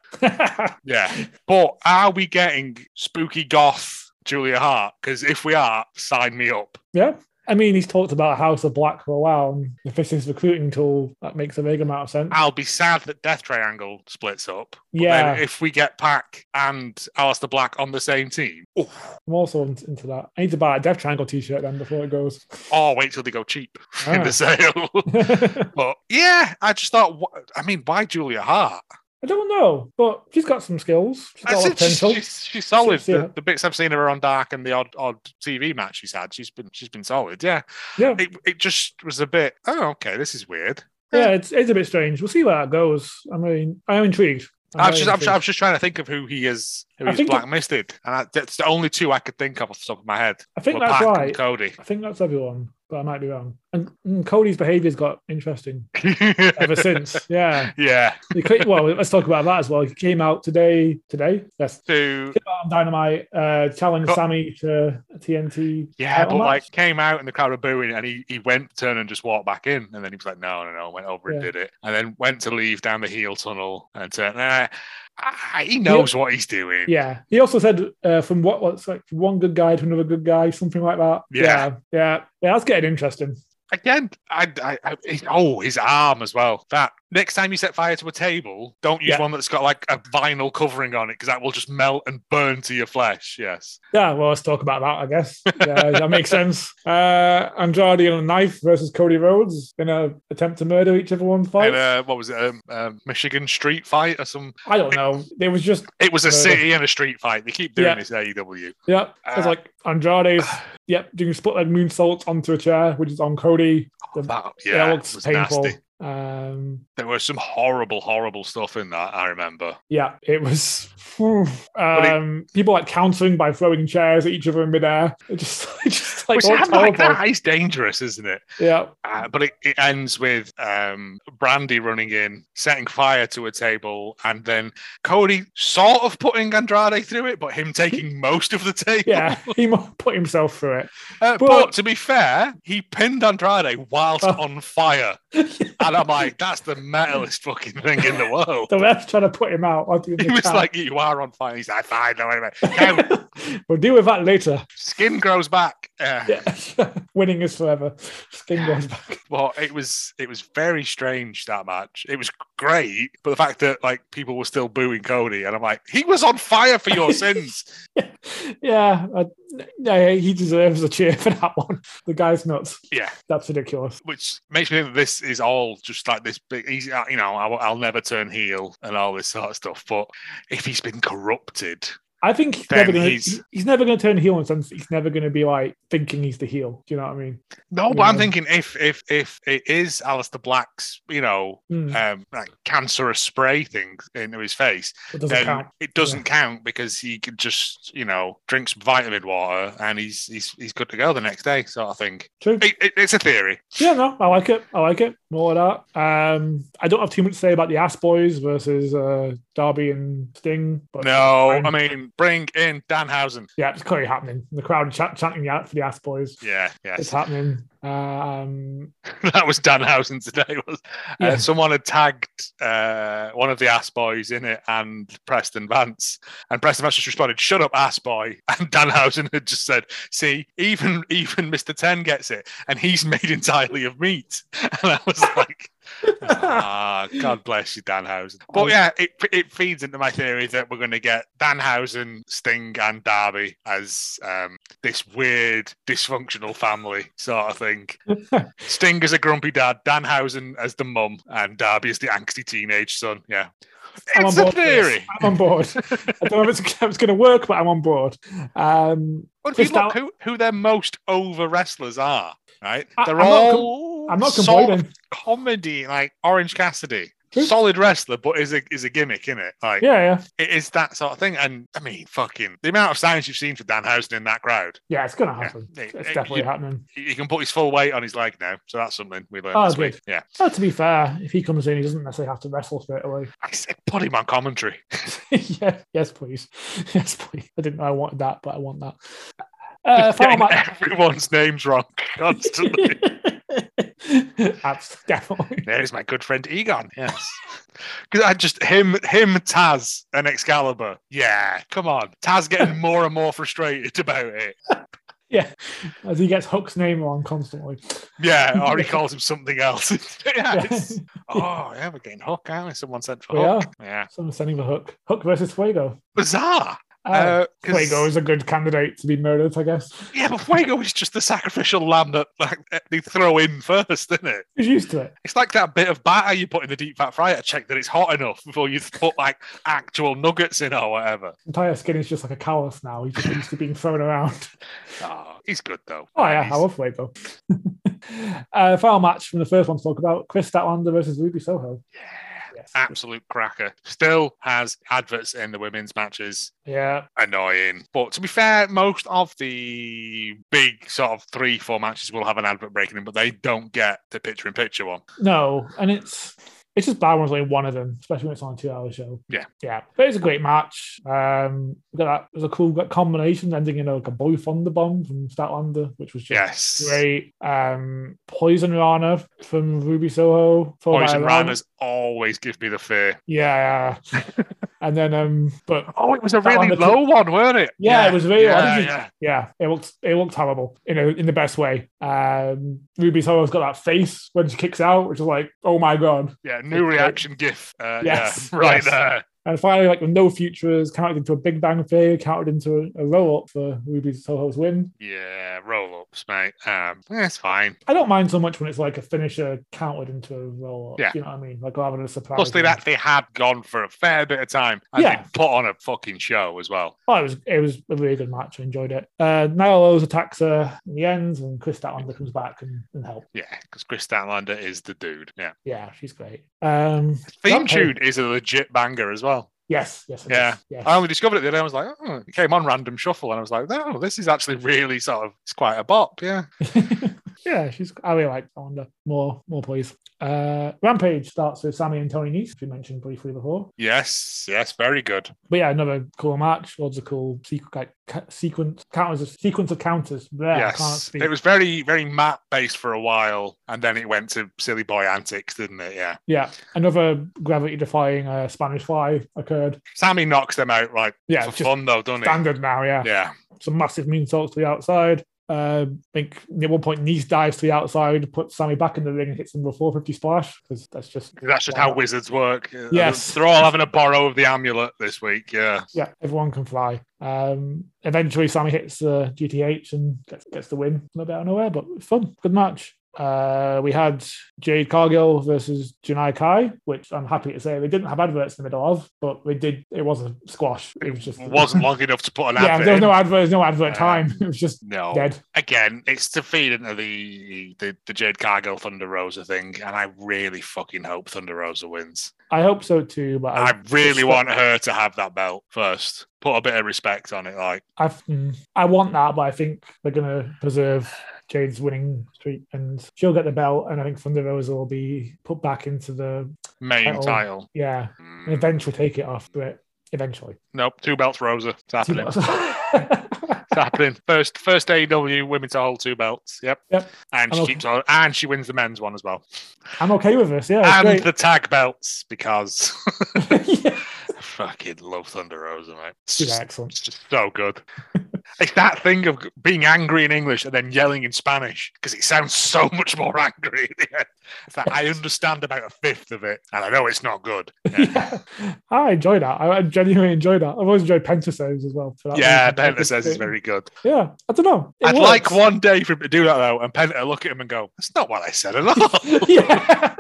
Speaker 2: Yeah. But are we getting spooky goth Julia Hart? Because if we are, sign me up.
Speaker 1: yeah. I mean, he's talked about House of Black for a while, and if this is recruiting tool, that makes a big amount of sense.
Speaker 2: I'll be sad that Death Triangle splits up. But
Speaker 1: yeah.
Speaker 2: Ah, Then if we get Pack and Alistair Black on the same team, oh,
Speaker 1: I'm also in- into that. I need to buy a Death Triangle t-shirt then before it goes.
Speaker 2: or oh, wait till they go cheap in
Speaker 1: Ah.
Speaker 2: the sale.
Speaker 1: I
Speaker 2: but yeah, I just thought, wha- I mean, why Julia Hart?
Speaker 1: don't know, but she's got some skills. She's got a lot of
Speaker 2: That's it, she's,
Speaker 1: potential.
Speaker 2: she's, she's solid.
Speaker 1: Yeah.
Speaker 2: The, the bits I've seen of her on Dark and the odd odd TV match she's had, she's been she's been solid. Yeah,
Speaker 1: yeah,
Speaker 2: it, it just was a bit. Oh, okay, this is weird.
Speaker 1: yeah, it's, it's a bit strange. We'll see where that goes. I mean, I am intrigued.
Speaker 2: I
Speaker 1: I'm very
Speaker 2: was, just, I'm,
Speaker 1: intrigued.
Speaker 2: I'm just trying to think of who he is, who
Speaker 1: I
Speaker 2: he's
Speaker 1: think that-
Speaker 2: blacklisted, and I, that's the only two I could think of off the top of my head.
Speaker 1: I think
Speaker 2: were
Speaker 1: that's
Speaker 2: Pac and
Speaker 1: right.
Speaker 2: Cody.
Speaker 1: I think that's everyone. but I might be wrong. And, and Cody's behavior's got interesting ever since. Yeah.
Speaker 2: yeah.
Speaker 1: He came- well, let's talk about that as well. He came out today. Today, yes.
Speaker 2: So
Speaker 1: Came out on Dynamite, uh, challenged
Speaker 2: But-
Speaker 1: Sammy to a TNT.
Speaker 2: yeah,
Speaker 1: title
Speaker 2: but
Speaker 1: match.
Speaker 2: like came out and the crowd were booing, and he, he went turned and just walked back in, and then he was like, no, no, no, went over and
Speaker 1: Yeah.
Speaker 2: did it, and then went to leave down the heel tunnel and turned. Nah, I, he knows what he's doing.
Speaker 1: Yeah, he also said uh, from what what's like from one good guy to another good guy, something like that.
Speaker 2: Yeah.
Speaker 1: yeah, yeah, Yeah, that's getting interesting.
Speaker 2: Again, I, I, I his- oh his arm as well. That next time you set fire to a table, don't use
Speaker 1: Yeah.
Speaker 2: one that's got like a vinyl covering on it because that will just melt and burn to your flesh. Yes.
Speaker 1: Yeah, well, let's talk about that, I guess. Yeah, that makes sense. Uh, Andrade on a knife versus Cody Rhodes in an attempt to murder each other one fight.
Speaker 2: And, uh, what was it? Um, um, Michigan street fight or some?
Speaker 1: I don't know. It was just
Speaker 2: It was a
Speaker 1: Uh,
Speaker 2: city and a street fight. They keep doing
Speaker 1: yeah.
Speaker 2: this E AEW.
Speaker 1: yeah. It's
Speaker 2: Uh,
Speaker 1: like Andrade's yep doing split leg moonsault onto a chair, which is on Cody.
Speaker 2: That, yeah,
Speaker 1: Yeah, that
Speaker 2: it
Speaker 1: looks
Speaker 2: was
Speaker 1: painful.
Speaker 2: nasty.
Speaker 1: Um,
Speaker 2: There was some horrible, horrible stuff in that. I remember.
Speaker 1: Yeah, it was. Um, people like countering by throwing chairs at each other in midair. It just, it just like,
Speaker 2: Which,
Speaker 1: all
Speaker 2: I'm like
Speaker 1: terrible.
Speaker 2: that is dangerous, isn't it?
Speaker 1: Yeah,
Speaker 2: Uh, but it, it ends with um, Brandy running in, setting fire to a table, and then Cody sort of putting Andrade through it, but him taking most of the table.
Speaker 1: yeah. He mu- put himself through it.
Speaker 2: Uh, but,
Speaker 1: But-
Speaker 2: to be fair, he pinned Andrade whilst
Speaker 1: Oh.
Speaker 2: on fire. And I'm like, that's the metalist fucking thing in the world.
Speaker 1: The ref trying to put him out. I'll do
Speaker 2: He
Speaker 1: the
Speaker 2: was
Speaker 1: count.
Speaker 2: like, you are on fire. He's like, fine, no, anyway. Count.
Speaker 1: we'll deal with that later.
Speaker 2: skin grows back. Uh,
Speaker 1: Yeah. Winning is forever. Sting goes back.
Speaker 2: Well, it was it was very strange that match. It was great, but the fact that like people were still booing Cody, and I'm like, he was on fire for your sins.
Speaker 1: Yeah, I, yeah, he deserves a cheer for that one. The guy's nuts.
Speaker 2: Yeah.
Speaker 1: That's ridiculous.
Speaker 2: Which makes me think that this is all just like this big, he's, uh, you know, I'll, I'll never turn heel and all this sort of stuff. But if he's been corrupted,
Speaker 1: I think he's
Speaker 2: Then
Speaker 1: never gonna,
Speaker 2: he's-
Speaker 1: he's, never going to turn heel in the sense that he's never going to be like thinking he's the heel. Do you know what I mean?
Speaker 2: no, but I'm
Speaker 1: Yeah.
Speaker 2: thinking if if if it is Alistair Black's, you know,
Speaker 1: Mm,
Speaker 2: um, like cancerous spray thing into his face,
Speaker 1: it doesn't
Speaker 2: then
Speaker 1: count.
Speaker 2: it doesn't count because he could just, you know, drink some vitamin water and he's he's he's good to go the next day, sort of thing.
Speaker 1: True.
Speaker 2: It, it, it's a theory.
Speaker 1: Yeah, no, I like it. I like it. More of that. Um, I don't have too much to say about the Ass Boys versus uh, Darby and Sting. But
Speaker 2: No,
Speaker 1: fine.
Speaker 2: I mean, bring in Danhausen.
Speaker 1: yeah, it's clearly happening. The crowd ch- chanting out for the Ass Boys.
Speaker 2: Yeah,
Speaker 1: It's
Speaker 2: yes.
Speaker 1: happening. Um,
Speaker 2: that was Danhausen today. Was
Speaker 1: Yeah.
Speaker 2: uh, someone had tagged uh, one of the ass boys in it and Preston Vance, and Preston Vance just responded, "Shut up, ass boy." And Danhausen had just said, "See, even even Mister Ten gets it, and he's made entirely of meat." And I was like. ah, God bless you, Danhausen. But
Speaker 1: Um,
Speaker 2: yeah, it it feeds into my theory that we're going to get Danhausen, Sting, and Darby as um, this weird dysfunctional family sort of thing. Sting as a grumpy dad, Danhausen as the mum, and Darby as the angsty teenage son. Yeah,
Speaker 1: I'm
Speaker 2: it's
Speaker 1: on
Speaker 2: a
Speaker 1: board for this.
Speaker 2: theory.
Speaker 1: I'm on board. I don't know if it's, going to work, but I'm on board. Um,
Speaker 2: But if
Speaker 1: Just
Speaker 2: you look
Speaker 1: out-
Speaker 2: who, who their most over wrestlers are, right?
Speaker 1: I-
Speaker 2: They're
Speaker 1: I'm not com-
Speaker 2: all
Speaker 1: I'm not
Speaker 2: sort of
Speaker 1: complaining.
Speaker 2: comedy, like Orange Cassidy.
Speaker 1: True.
Speaker 2: Solid wrestler, but is a is a gimmick, isn't it? Like
Speaker 1: Yeah, yeah,
Speaker 2: it is that sort of thing. And I mean, fucking the amount of signs you've seen for Danhausen in that crowd.
Speaker 1: yeah. It's going to
Speaker 2: Yeah.
Speaker 1: happen.
Speaker 2: It-
Speaker 1: It's
Speaker 2: it-
Speaker 1: definitely
Speaker 2: you-
Speaker 1: happening.
Speaker 2: He can put his full weight on his leg now, so that's something we learned
Speaker 1: Oh,
Speaker 2: this
Speaker 1: good.
Speaker 2: week. Yeah,
Speaker 1: Well, to be fair, if he comes in, he doesn't necessarily have to wrestle straight away.
Speaker 2: I said, put him on commentary.
Speaker 1: yeah, yes, please. Yes, please. I didn't know I wanted that, but I want that. Uh, final
Speaker 2: Getting
Speaker 1: match.
Speaker 2: everyone's names wrong constantly.
Speaker 1: Abs- definitely.
Speaker 2: There's my good friend Egon. Yes, because I just him, him, Taz, and Excalibur. Yeah, come on, Taz getting more and more frustrated about it.
Speaker 1: Yeah, as he gets Hook's name wrong constantly.
Speaker 2: Yeah, or he calls him something else. yeah,
Speaker 1: Yeah.
Speaker 2: it's, oh yeah, we're getting Hook, aren't we? Someone sent for
Speaker 1: We
Speaker 2: Hook. Yeah,
Speaker 1: Someone sending the Hook. Hook versus Fuego.
Speaker 2: bizarre.
Speaker 1: Uh,
Speaker 2: Uh, 'cause-
Speaker 1: Fuego is a good candidate to be murdered, I guess.
Speaker 2: yeah, but Fuego is just the sacrificial lamb that like, they throw in first, isn't it?
Speaker 1: He's used to it.
Speaker 2: It's like that bit of batter you put in the deep fat fryer to check that it's hot enough before you put like actual nuggets in or whatever.
Speaker 1: Entire skin is just like a callus now. He's just used to being thrown around.
Speaker 2: Oh, he's good though.
Speaker 1: Oh yeah,
Speaker 2: He's-
Speaker 1: I love Fuego. uh, final match from the first one to talk about: Chris Statlander versus Ruby Soho.
Speaker 2: Yeah.
Speaker 1: Yeah. Yes.
Speaker 2: Absolute cracker. Still has adverts in the women's matches.
Speaker 1: Yeah.
Speaker 2: Annoying. But to be fair, most of the big sort of three, four matches will have an advert breaking in, but they don't get the picture in picture one.
Speaker 1: No, and it's it's just bad when it's only one of them, especially when it's on a two-hour show.
Speaker 2: Yeah.
Speaker 1: yeah. But it's a great match. Um, we got that. It was a cool combination ending in like a boy thunder bomb from Statlander, which was just
Speaker 2: Yes.
Speaker 1: great. Um, Poison Rana from Ruby Soho. followed by
Speaker 2: Poison
Speaker 1: Rana.
Speaker 2: Rana's always give me the fear.
Speaker 1: Yeah, yeah. and then um, but
Speaker 2: Oh, it was a
Speaker 1: That
Speaker 2: really
Speaker 1: one, the-
Speaker 2: low one, weren't it?
Speaker 1: Yeah, it was really low. I
Speaker 2: yeah,
Speaker 1: think it-
Speaker 2: yeah.
Speaker 1: yeah, it looks it looks horrible in a, in the best way. Um, Ruby Soho's got that face when she kicks out, which is like, oh my god.
Speaker 2: Yeah, new
Speaker 1: It's-
Speaker 2: reaction gif. Uh,
Speaker 1: Yes,
Speaker 2: yeah, right
Speaker 1: yes.
Speaker 2: there.
Speaker 1: And finally, like with no futures, counted into a Big Bang Theory, counted into a, a roll up for Ruby Soho's win.
Speaker 2: Yeah, roll ups, mate. Um, that's fine.
Speaker 1: I don't mind so much when it's like a finisher counted into a roll up.
Speaker 2: Yeah.
Speaker 1: You know what I mean? Like rather than a surprise.
Speaker 2: Plus, they
Speaker 1: win.
Speaker 2: actually had gone for a fair bit of time and
Speaker 1: Yeah.
Speaker 2: they put on a fucking show as well.
Speaker 1: Oh, it was it was a really good match. I enjoyed it. Uh, Nyla Rose attacks her in the end, and Chris Statlander comes back and, and helps.
Speaker 2: Yeah, because Chris Statlander is the dude. Yeah,
Speaker 1: Yeah, she's great. Um,
Speaker 2: theme
Speaker 1: Rampage.
Speaker 2: tune is a legit banger as well.
Speaker 1: yes, yes, it is.
Speaker 2: Yeah.
Speaker 1: yes.
Speaker 2: I only discovered it the other day. I was like, oh, it came on random shuffle, and I was like, no, this is actually really sort of it's quite a bop. Yeah,
Speaker 1: yeah, she's. I really like Statlander. More, more, please. Uh, Rampage starts with Sammy and Tony Nese, who we mentioned briefly before.
Speaker 2: yes, yes, very good.
Speaker 1: But yeah, another cool match. Loads of cool sequ- like, ca- sequence counters, of, sequence of counters. There, I can't
Speaker 2: yes,
Speaker 1: speak.
Speaker 2: it was very, very mat based for a while, and then it went to silly boy antics, didn't it? Yeah.
Speaker 1: yeah, another gravity-defying uh, Spanish fly occurred.
Speaker 2: Sammy knocks them out like
Speaker 1: Yeah,
Speaker 2: for
Speaker 1: just
Speaker 2: fun though, doesn't he?
Speaker 1: Standard now, yeah.
Speaker 2: Yeah,
Speaker 1: Some massive moonsaults to the outside. Uh, I think at one point Nice dives to the outside, puts Sammy back in the ring, and hits him with a 450 splash because that's just
Speaker 2: 'Cause that's just how wizards work. Uh,
Speaker 1: Yes.
Speaker 2: they're all having a borrow of the amulet this week. Yeah,
Speaker 1: yeah, everyone can fly. Um, eventually, Sammy hits uh, GTH and gets, gets the win. A little bit out of nowhere, but fun, good match. Uh, we had Jade Cargill versus Janai Kai, which I'm happy to say they didn't have adverts in the middle of, but they did. It was a squash. It was just
Speaker 2: wasn't long enough to put an
Speaker 1: yeah,
Speaker 2: advert.
Speaker 1: there was
Speaker 2: in.
Speaker 1: no advert, no advert
Speaker 2: Uh,
Speaker 1: time. It was just
Speaker 2: no.
Speaker 1: dead.
Speaker 2: Again, it's to feed into the, the the Jade Cargill Thunder Rosa thing, and I really fucking hope Thunder Rosa wins.
Speaker 1: I hope so too, but I,
Speaker 2: I really
Speaker 1: respect-
Speaker 2: want her to have that belt first. Put a bit of respect on it, like
Speaker 1: I, mm, I want that, but I think they're gonna preserve Jade's winning streak, and she'll get the belt, and I think Thunder Rosa will be put back into the
Speaker 2: main
Speaker 1: Title.
Speaker 2: title.
Speaker 1: yeah. and
Speaker 2: Mm.
Speaker 1: eventually take it off Brit. Eventually.
Speaker 2: Nope, two belts, Rosa. It's happening.
Speaker 1: yeah,
Speaker 2: It's happening. First, first AEW women to hold two belts. Yep.
Speaker 1: Yep.
Speaker 2: And she
Speaker 1: I'm okay.
Speaker 2: keeps on, and she wins the men's one as well,
Speaker 1: I'm okay with this. Yeah, it's
Speaker 2: and
Speaker 1: Oh, great.
Speaker 2: the tag belts because
Speaker 1: yeah.
Speaker 2: I fucking love Thunder Rosa, mate. It's
Speaker 1: She's
Speaker 2: just,
Speaker 1: excellent.
Speaker 2: it's just so good. it's that thing of being angry in English and then yelling in Spanish because it sounds so much more angry. in the end. it's like I understand about a fifth of it, and I know it's not good. Yeah,
Speaker 1: Yeah. I enjoy that. I I genuinely enjoy that. I've always enjoyed Pentasos as well. For that
Speaker 2: yeah
Speaker 1: reason.
Speaker 2: Penta says it's very good.
Speaker 1: Yeah, I don't know. It
Speaker 2: I'd
Speaker 1: works.
Speaker 2: like one day for him to do that though, and Penta look at him and go, "That's not what I said at all."
Speaker 1: yeah.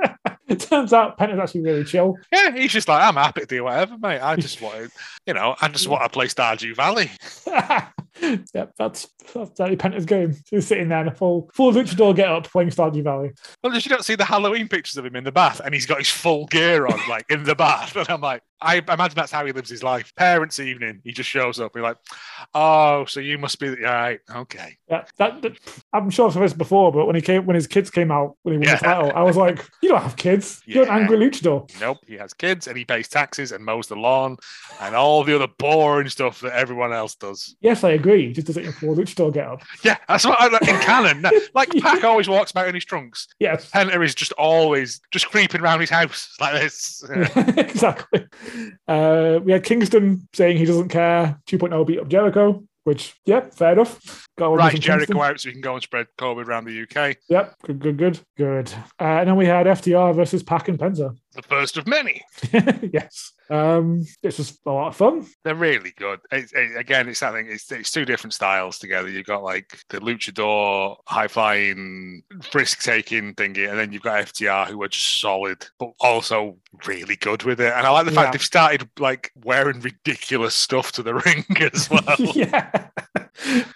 Speaker 1: It turns out Penta's actually really chill.
Speaker 2: Yeah, he's just like, I'm happy to do whatever, mate. I just want, you know, I just want to play Stardew Valley.
Speaker 1: yep, that's that's Daddy Penta's game. He's sitting there in a full full luchador get up playing Stardew Valley.
Speaker 2: Well, you don't see the Halloween pictures of him in the bath, and he's got his full gear on, like in the bath. And I'm like, I imagine that's how he lives his life. Parents' evening, he just shows up. We're like, oh, so you must be, all right, okay.
Speaker 1: Yeah, that, that- I'm sure I've said this before, but when he came, when his kids came out, when he won
Speaker 2: Yeah.
Speaker 1: the title, I was like, "You don't have kids. You're an
Speaker 2: Yeah.
Speaker 1: angry luchador."
Speaker 2: Nope, he has kids and he pays taxes and mows the lawn and all the other boring stuff that everyone else does.
Speaker 1: Yes, I agree. He just does it in full luchador get up.
Speaker 2: Yeah, that's what I like in canon. no, Like, Pac always walks about in his trunks.
Speaker 1: Yes,
Speaker 2: Penta is just always just creeping around his house like this.
Speaker 1: exactly. Uh, we had Kingston saying he doesn't care. 2.0 beat up Jericho, which yeah, fair enough. Got a win
Speaker 2: Right,
Speaker 1: from
Speaker 2: Jericho
Speaker 1: Kingston.
Speaker 2: out so we can go and spread COVID around the UK.
Speaker 1: Yep, good, good, good, good. Uh, and then we had FTR versus Pack and Penza.
Speaker 2: The first of many.
Speaker 1: yes, um, this was a lot of fun.
Speaker 2: They're really good. It, it- again, it's that thing. It's, it's two different styles together. You've got like the luchador, high flying, risk taking thingy, and then you've got FTR who are just solid, but also really good with it. And I like the
Speaker 1: Yeah.
Speaker 2: fact they've started like wearing ridiculous stuff to the ring as well.
Speaker 1: yeah,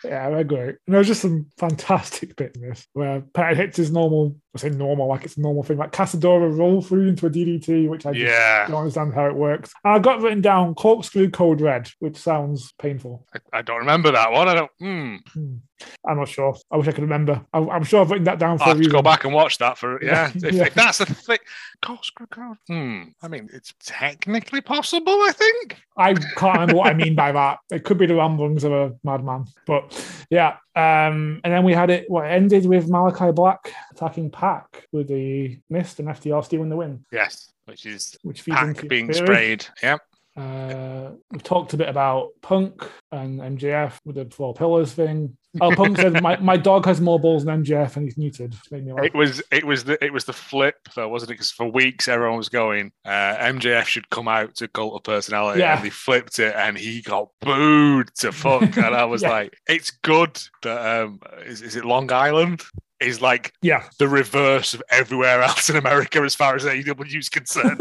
Speaker 1: yeah, they're great. And there's just some fantastic bit in this where Pettit hits his normal, I say normal, like it's a normal thing, like Casadora roll through into a DDT, which I just
Speaker 2: yeah,
Speaker 1: don't understand how it works. I got written down corkscrew code red, which sounds painful.
Speaker 2: I, I don't remember that one. I don't. Hmm.
Speaker 1: Hmm. I'm not sure. I wish I could remember. I, I'm sure I've written that down for
Speaker 2: I
Speaker 1: a
Speaker 2: have to
Speaker 1: reason.
Speaker 2: go back and watch that for yeah. If,
Speaker 1: Yeah.
Speaker 2: if that's the thing, corkscrew code. Hmm. I mean, it's technically possible. I think.
Speaker 1: I can't remember what I mean by that. It could be the ramblings of a madman, but yeah. Um, and then we had it. What it ended with Malachi Black attacking Pack with the mist and FDR stealing the win,
Speaker 2: Yes, which is
Speaker 1: which feeds
Speaker 2: pack
Speaker 1: into
Speaker 2: being
Speaker 1: theory.
Speaker 2: sprayed. Yeah.
Speaker 1: Uh, we've talked a bit about Punk and MJF with the four pillars thing. Oh, Punk said my, my dog has more balls than MJF and he's muted. Which made me laugh.
Speaker 2: It was it was the it was the flip though, wasn't it? Because for weeks everyone was going, uh, MJF should come out to cult of personality,
Speaker 1: Yeah.
Speaker 2: and they flipped it, and he got booed to fuck. and I was
Speaker 1: Yeah.
Speaker 2: like, it's good that um, is, is it Long Island? Is like
Speaker 1: Yeah,
Speaker 2: the reverse of everywhere else in America as far as AEW is concerned.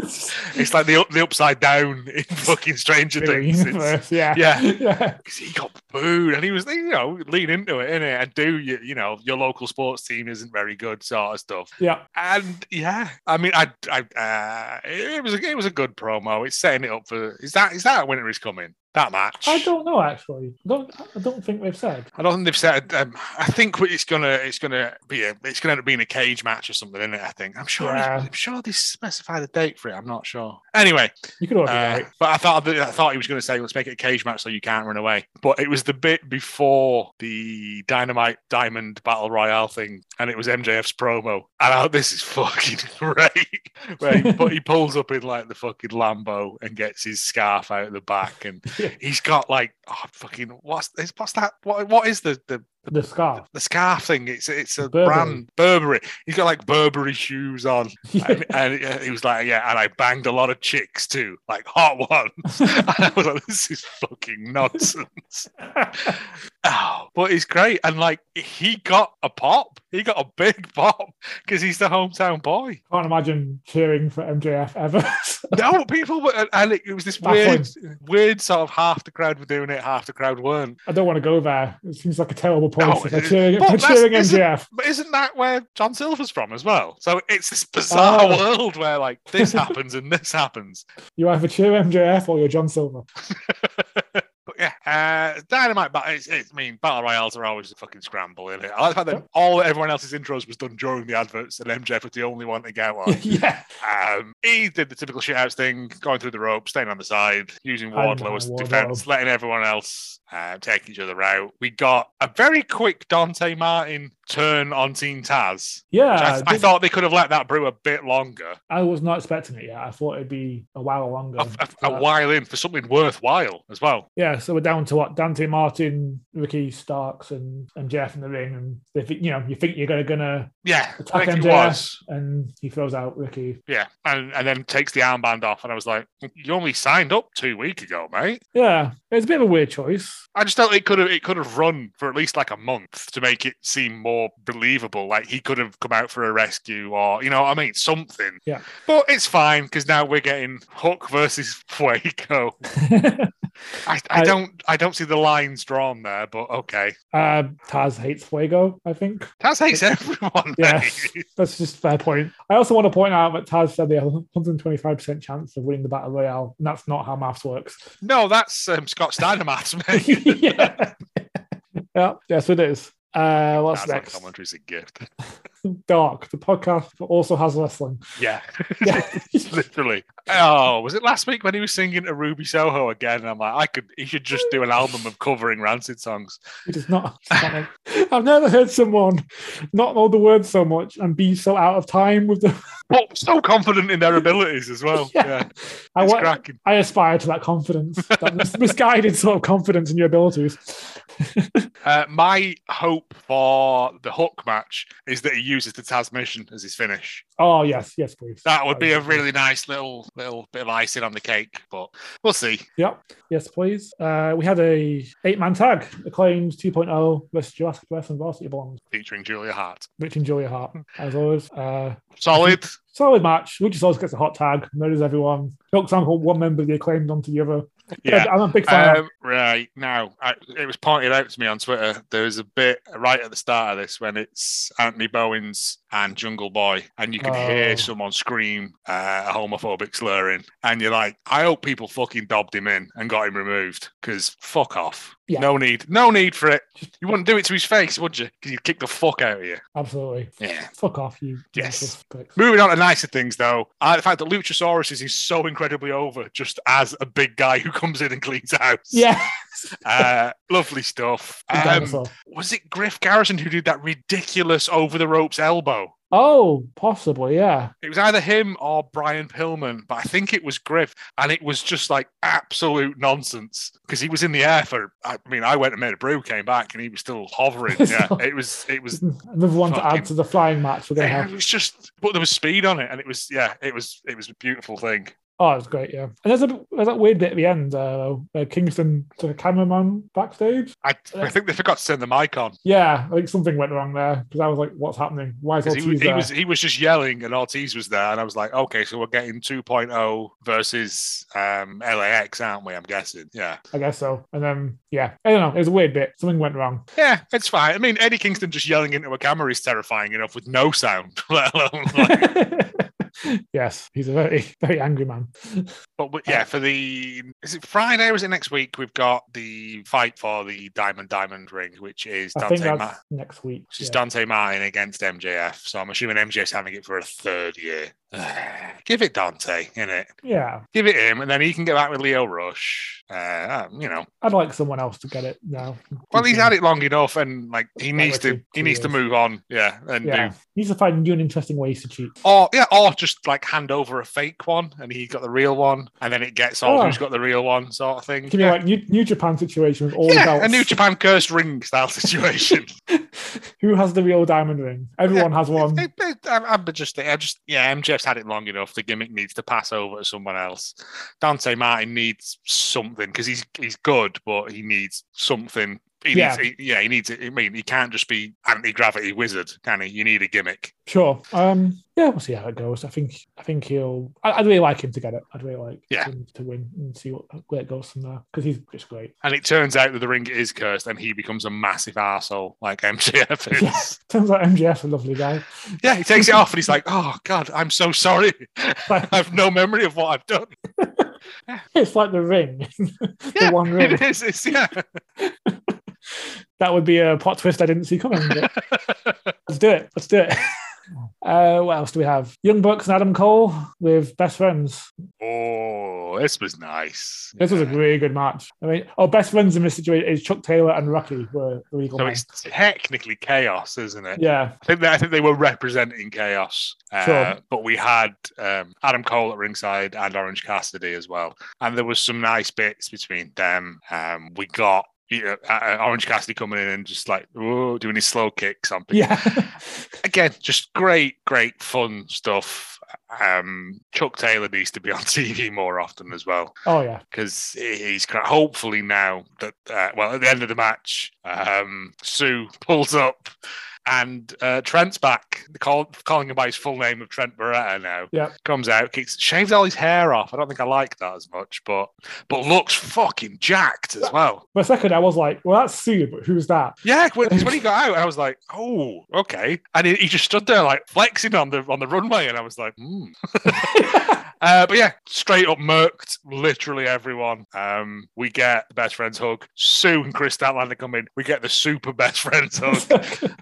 Speaker 2: it's like the up, the upside down in fucking Stranger
Speaker 1: Mirror
Speaker 2: Things. It's-
Speaker 1: universe, yeah,
Speaker 2: yeah.
Speaker 1: yeah.
Speaker 2: 'cause he got booed and he was you know lean into it innit? and do you you know your local sports team isn't very good sort of stuff
Speaker 1: yeah.
Speaker 2: and yeah, I mean, I, I uh, it was a, it was a good promo. It's setting it up for is that is that Winter is coming that match?
Speaker 1: I don't know actually. I don't I don't think they've said.
Speaker 2: I don't think they've said. Um, I think it's gonna it's gonna be a it's gonna end up being a cage match or something, isn't it? I think I'm sure
Speaker 1: Yeah.
Speaker 2: I'm sure they specified a date for it. I'm not sure. Anyway,
Speaker 1: You could already
Speaker 2: uh,
Speaker 1: right.
Speaker 2: but I thought that- I thought he was going to say, "Let's make it a cage match so you can't run away." But it was the bit before the Dynamite Diamond Battle Royale thing, and it was MJF's promo. And I, this is fucking great. Where he, but he pulls up in like the fucking Lambo and gets his scarf out of the back, and
Speaker 1: Yeah.
Speaker 2: he's got like, oh fucking, what's this, what's that? What what is the the
Speaker 1: the scarf.
Speaker 2: the scarf thing? It's it's a
Speaker 1: Oh. Burberry.
Speaker 2: brand Burberry. He's got like Burberry shoes on
Speaker 1: Yeah.
Speaker 2: and, and uh, he was like, yeah, and I banged a lot of chicks too, like hot ones. and I was like, this is fucking nonsense. oh, but he's great, and like he got a pop, he got a big pop because he's the hometown boy.
Speaker 1: Can't imagine cheering for MJF ever.
Speaker 2: No, people were, and- and it, it was this weird,
Speaker 1: Baffling.
Speaker 2: weird sort of half the crowd were doing it, half the crowd weren't.
Speaker 1: I don't want to go there. It seems like a terrible place
Speaker 2: No,
Speaker 1: if they're
Speaker 2: it-
Speaker 1: cheering,
Speaker 2: but
Speaker 1: if they're
Speaker 2: that's-
Speaker 1: cheering
Speaker 2: isn't-
Speaker 1: MJF.
Speaker 2: But isn't that where John Silver's from as well? So it's this bizarre
Speaker 1: Oh.
Speaker 2: world where like this happens and this happens.
Speaker 1: You either cheer MJF or you're John Silver.
Speaker 2: But yeah, uh, Dynamite. But it's, it's, I mean, battle royales are always a fucking scramble, isn't it? I like the fact that all everyone else's intros was done during the adverts, and MJF was the only one to get one.
Speaker 1: yeah.
Speaker 2: um, he did the typical shitouts thing, going through the rope, staying on the side, using
Speaker 1: I know,
Speaker 2: Wardlow as
Speaker 1: Wardlow.
Speaker 2: defense, letting everyone else uh, take each other out. We got a very quick Dante Martin turn on Team Taz.
Speaker 1: Yeah.
Speaker 2: which I,
Speaker 1: I,
Speaker 2: I thought they could have let that brew a bit longer,
Speaker 1: I was not expecting it yet. I thought it'd be a while longer.
Speaker 2: a, a- a while in for something worthwhile as well.
Speaker 1: Yeah, so we're down to what Dante Martin, Ricky Starks, and MJF in the ring, and they think, you know you think you're gonna gonna
Speaker 2: Yeah, I
Speaker 1: attack
Speaker 2: think it
Speaker 1: MJF,
Speaker 2: was.
Speaker 1: and he throws out Ricky.
Speaker 2: Yeah, and and then takes the armband off, and I was like, "You only signed up two weeks ago, mate."
Speaker 1: Yeah, it's a bit of a weird choice.
Speaker 2: I just felt it could have it could have run for at least like a month to make it seem more believable. Like he could have come out for a rescue, or you know, what I mean, something.
Speaker 1: Yeah.
Speaker 2: but it's fine because now we're getting Hook versus Fuego. I, I
Speaker 1: I-
Speaker 2: don't I don't see the lines drawn there, but okay.
Speaker 1: Uh, Taz hates Fuego, I think.
Speaker 2: Taz hates everyone.
Speaker 1: Yeah.
Speaker 2: mate.
Speaker 1: That's just a fair point. I also want to point out that Taz said they have a 125% chance of winning the Battle Royale, and that's not how maths works.
Speaker 2: no, that's um, Scott Steiner, mate.
Speaker 1: yeah. yeah, yes, it is. Uh, what's
Speaker 2: That's not
Speaker 1: next?
Speaker 2: commentary's a gift.
Speaker 1: Dark, the podcast that also has wrestling.
Speaker 2: Yeah.
Speaker 1: Yeah.
Speaker 2: Literally. Oh, was it last week when he was singing to Ruby Soho again? And I'm like, I could. He should just do an album of covering rancid songs.
Speaker 1: it is not. it's not like- I've never heard someone not know the words so much and be so out of time with the.
Speaker 2: But so confident in their abilities as well.
Speaker 1: Yeah.
Speaker 2: Yeah,
Speaker 1: I,
Speaker 2: it's
Speaker 1: wa-
Speaker 2: cracking.
Speaker 1: I aspire to that confidence, that mis- misguided sort of confidence in your abilities.
Speaker 2: Uh, my hope for the Hook match is that he uses the Taz mission as his finish.
Speaker 1: Oh, yes, yes, please.
Speaker 2: That would be a really nice little little bit of icing on the cake. But we'll see.
Speaker 1: Yep. Yes, please. Uh, we had a eight-man tag, Acclaimed 2.0 versus Jurassic West and Varsity Blonde.
Speaker 2: Featuring Julia Hart.
Speaker 1: Rich and Julia Hart, as always. Uh,
Speaker 2: Solid.
Speaker 1: solid match. Rich always gets a hot tag, murders everyone. For example, one member of the Acclaimed onto the other. Yeah, I'm a big fan. of
Speaker 2: Um, right now, I, it was pointed out to me on Twitter. There was a bit right at the start of this when it's Anthony Bowens and Jungle Boy, and you can
Speaker 1: Oh.
Speaker 2: hear someone scream uh, a homophobic slur in, and you're like, I hope people fucking dobbed him in and got him removed because fuck off.
Speaker 1: Yeah.
Speaker 2: No need, no need for it. You wouldn't do it to his face, would you? Because you'd kick the fuck out of you.
Speaker 1: absolutely.
Speaker 2: Yeah.
Speaker 1: Fuck off, you.
Speaker 2: Yes.
Speaker 1: useless pricks.
Speaker 2: Moving on to nicer things, though, uh, the fact that Luchasaurus is, is so incredibly over just as a big guy who comes in and cleans house.
Speaker 1: Yeah.
Speaker 2: Uh, lovely stuff. Um,
Speaker 1: Dinosaur.
Speaker 2: was it Griff Garrison who did that ridiculous over the ropes elbow?
Speaker 1: Oh, possibly. Yeah.
Speaker 2: It was either him or Brian Pillman, but I think it was Griff, and it was just like absolute nonsense because he was in the air for. I mean, I went and made a brew, came back, and he was still hovering. Yeah, it was. It was.
Speaker 1: Another one to add
Speaker 2: fucking-
Speaker 1: to the flying match we're gonna
Speaker 2: It
Speaker 1: have.
Speaker 2: was just, but there was speed on it, and it was, yeah, it was, it was a beautiful thing.
Speaker 1: Oh, it's great, yeah. And there's a there's that weird bit at the end uh, where Kingston took a cameraman backstage.
Speaker 2: I, I think they forgot to send the mic on
Speaker 1: Yeah, I think something went wrong there because I was like, "What's happening? Why is
Speaker 2: 'Cause
Speaker 1: Ortiz
Speaker 2: he, was- he
Speaker 1: there?"
Speaker 2: was he was just yelling and Ortiz was there and I was like okay so we're getting 2.0 versus um, LAX aren't we I'm guessing yeah
Speaker 1: I guess so. And then yeah, I don't know. It was a weird bit. Something went wrong.
Speaker 2: yeah it's fine I mean Eddie Kingston just yelling into a camera is terrifying enough with no sound let alone like,
Speaker 1: yes, he's a very very angry man.
Speaker 2: but we- yeah for the is it Friday or is it next week we've got the fight for the Diamond Diamond ring which is
Speaker 1: I
Speaker 2: Dante
Speaker 1: think
Speaker 2: Ma-
Speaker 1: that's next week.
Speaker 2: which is
Speaker 1: yeah.
Speaker 2: Dante Martin against MJF so I'm assuming MJF's having it for a third year give it Dante innit
Speaker 1: yeah,
Speaker 2: give it him, and then he can get back with Leo Rush. Uh, um, you know,
Speaker 1: I'd like someone else to get it now.
Speaker 2: well, he's had it long enough, and like he needs
Speaker 1: like
Speaker 2: to,
Speaker 1: two-
Speaker 2: he
Speaker 1: two
Speaker 2: needs to
Speaker 1: years.
Speaker 2: move on. Yeah, and
Speaker 1: Yeah,
Speaker 2: do.
Speaker 1: he needs to find new and interesting ways to cheat.
Speaker 2: Or yeah, or just like hand over a fake one, and he got the real one, and then it gets old.
Speaker 1: Oh.
Speaker 2: Who's got the real one, sort of thing.
Speaker 1: Give me like new, new Japan situation with all
Speaker 2: yeah,
Speaker 1: the
Speaker 2: a
Speaker 1: belts.
Speaker 2: New Japan cursed ring style situation.
Speaker 1: Who has the real diamond ring? Everyone has one.
Speaker 2: It- it- I'm I'm just, I just, yeah, MJF's had it long enough. The gimmick needs to pass over to someone else. Dante Martin needs something because he's he's good, but he needs something. He
Speaker 1: Yeah.
Speaker 2: yeah. Needs, he, yeah, he needs it. I mean, he can't just be anti gravity wizard, can he? You need a gimmick.
Speaker 1: Sure. Um. Yeah, we'll see how it goes. I think I think he'll. I, I'd really like him to get it. I'd really like
Speaker 2: Yeah.
Speaker 1: him to win and see what where it goes from there because he's just great.
Speaker 2: And it turns out that the ring is cursed, and he becomes a massive arsehole like MJF is.
Speaker 1: Yeah. Turns out MJF's a lovely guy.
Speaker 2: yeah, he takes it off, and he's like, "Oh God, I'm so sorry. I
Speaker 1: Like,
Speaker 2: have no memory of what I've done."
Speaker 1: it's like the ring, the
Speaker 2: Yeah,
Speaker 1: one ring.
Speaker 2: It is, it's, yeah.
Speaker 1: That would be a plot twist I didn't see coming. but let's do it. Let's do it. Uh, what else do we have? Young Bucks and Adam Cole with best friends.
Speaker 2: Oh, this was nice.
Speaker 1: This was a
Speaker 2: Yeah.
Speaker 1: really good match. I mean, oh, best friends in this situation is Chuck Taylor and Rocky were the legal
Speaker 2: So
Speaker 1: men.
Speaker 2: it's technically chaos, isn't it?
Speaker 1: Yeah,
Speaker 2: I think that, I think they were representing chaos, uh,
Speaker 1: Sure.
Speaker 2: but we had um, Adam Cole at ringside and Orange Cassidy as well, and there was some nice bits between them. Um, we got you know, uh, uh, Orange Cassidy coming in and just like "Whoa," doing his slow kicks on people.
Speaker 1: yeah.
Speaker 2: Again, just great, great fun stuff. Um, Chuck Taylor needs to be on TV more often as well
Speaker 1: oh yeah.
Speaker 2: because he's cra- hopefully now that uh, well at the end of the match, um, Sue pulls up and uh, Trent's back. They Call, calling him by his full name of Trent Beretta now.
Speaker 1: Yep.
Speaker 2: comes out, kicks, shaves all his hair off. I don't think I like that as much, but but looks fucking jacked as well.
Speaker 1: For a second, I was like, well, that's Sue, but who's that?
Speaker 2: Yeah, when 'cause when he got out, I was like, oh, okay, and he, he just stood there like flexing on the on the runway, and I was like, hmm. Uh, but yeah, straight up murked literally everyone. Um, we get the best friends hug. Sue and Chris Statlander come in. We get the super best friends hug.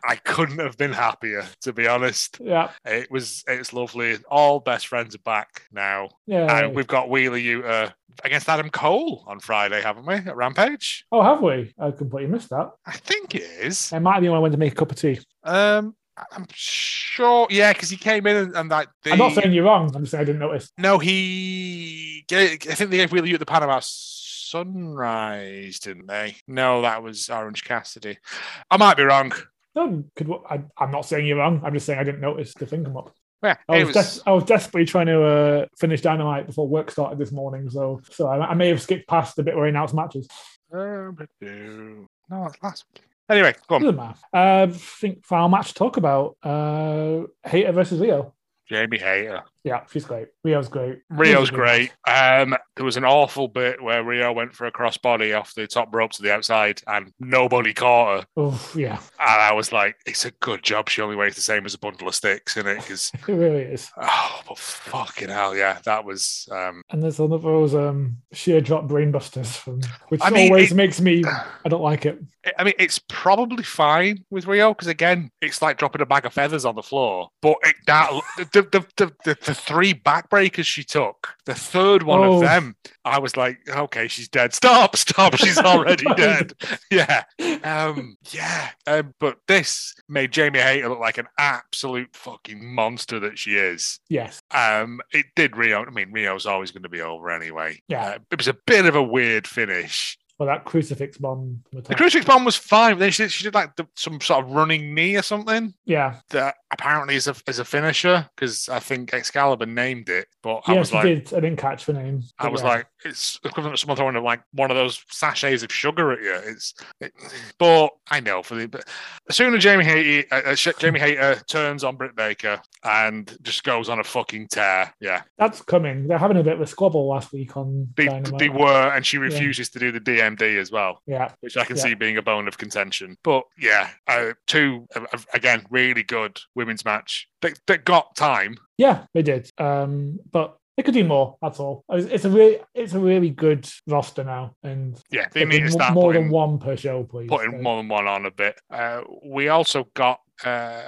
Speaker 2: I couldn't have been happier, to be honest.
Speaker 1: yeah,
Speaker 2: It was it's lovely. All best friends are back now.
Speaker 1: yeah.
Speaker 2: And we've got Wheeler Uter against Adam Cole on Friday, haven't we? At Rampage.
Speaker 1: oh, have we? I completely missed that.
Speaker 2: I think it is.
Speaker 1: It might be when I went to make a cup of tea.
Speaker 2: Um I- I'm sure, yeah, because he came in and, and like the
Speaker 1: I'm not saying you're wrong. I'm just saying I didn't notice.
Speaker 2: No, he. Gave, I think they gave Wheeler at the Panama Sunrise, didn't they? No, that was Orange Cassidy. I might be wrong.
Speaker 1: No, could, I, I'm not saying you're wrong. I'm just saying I didn't notice the thing come up.
Speaker 2: Yeah,
Speaker 1: I
Speaker 2: it
Speaker 1: was,
Speaker 2: was.
Speaker 1: des- I was desperately trying to uh, finish Dynamite before work started this morning, so so I, I may have skipped past the bit where he announced matches.
Speaker 2: uh, No, that's last. Anyway, go on.
Speaker 1: Um, Doesn't matter. Uh, I think final match to talk about uh, Hater versus Leo.
Speaker 2: Jamie Hayter.
Speaker 1: Yeah, she's great. Rio's great.
Speaker 2: Rio's great. Um, there was an awful bit where Rio went for a crossbody off the top rope to the outside and nobody caught her.
Speaker 1: Oh yeah,
Speaker 2: And I was like, it's a good job. She only weighs the same as a bundle of sticks, isn't it? Because,
Speaker 1: it really is.
Speaker 2: oh, but fucking hell, yeah. That was, um,
Speaker 1: And there's another of those um, sheer drop brainbusters from, which
Speaker 2: I mean,
Speaker 1: always
Speaker 2: it-
Speaker 1: makes me. I don't like it.
Speaker 2: I- I mean, it's probably fine with Rio because, again, it's like dropping a bag of feathers on the floor. But it, that the, the, the, the, the three backbreakers she took, the third one
Speaker 1: Oh.
Speaker 2: of them, I was like, okay, she's dead. Stop, stop, she's already dead. Yeah. Um, yeah. Um, but this made Jamie Hayter look like an absolute fucking monster that she is.
Speaker 1: Yes.
Speaker 2: Um, it did Rio. I mean, Rio's always going to be over anyway.
Speaker 1: Yeah.
Speaker 2: Uh, it was a bit of a weird finish.
Speaker 1: Well, that crucifix bomb. from
Speaker 2: The
Speaker 1: top.
Speaker 2: crucifix bomb was fine. but Then she, she did like the, some sort of running knee or something
Speaker 1: yeah.
Speaker 2: that apparently is a is a finisher because I think Excalibur named it. But I
Speaker 1: Yes,
Speaker 2: was
Speaker 1: she
Speaker 2: like,
Speaker 1: did. I didn't catch the name.
Speaker 2: I
Speaker 1: but
Speaker 2: was
Speaker 1: yeah.
Speaker 2: like, it's equivalent to someone throwing like one of those sachets of sugar at you. It's, it, but I know for the but as soon as Jamie Hayter, uh, uh, Sh- Jamie Hayter turns on Britt Baker and just goes on a fucking tear. Yeah,
Speaker 1: that's coming. They're having a bit of a squabble last week on
Speaker 2: they,
Speaker 1: Dynamite.
Speaker 2: they were, and she refuses to do the DMD as well.
Speaker 1: yeah.
Speaker 2: which I can
Speaker 1: Yeah.
Speaker 2: see being a bone of contention. But yeah, uh, two uh, again really good women's match that, that got time.
Speaker 1: Yeah, they did. Um, but they could do more. That's all. It's, it's a really, it's a really good roster now, and
Speaker 2: Yeah, they
Speaker 1: it'd be
Speaker 2: need to
Speaker 1: mo-
Speaker 2: start
Speaker 1: more
Speaker 2: putting,
Speaker 1: than one per show, please.
Speaker 2: putting
Speaker 1: Like,
Speaker 2: more than one on a bit. Uh, we also got uh,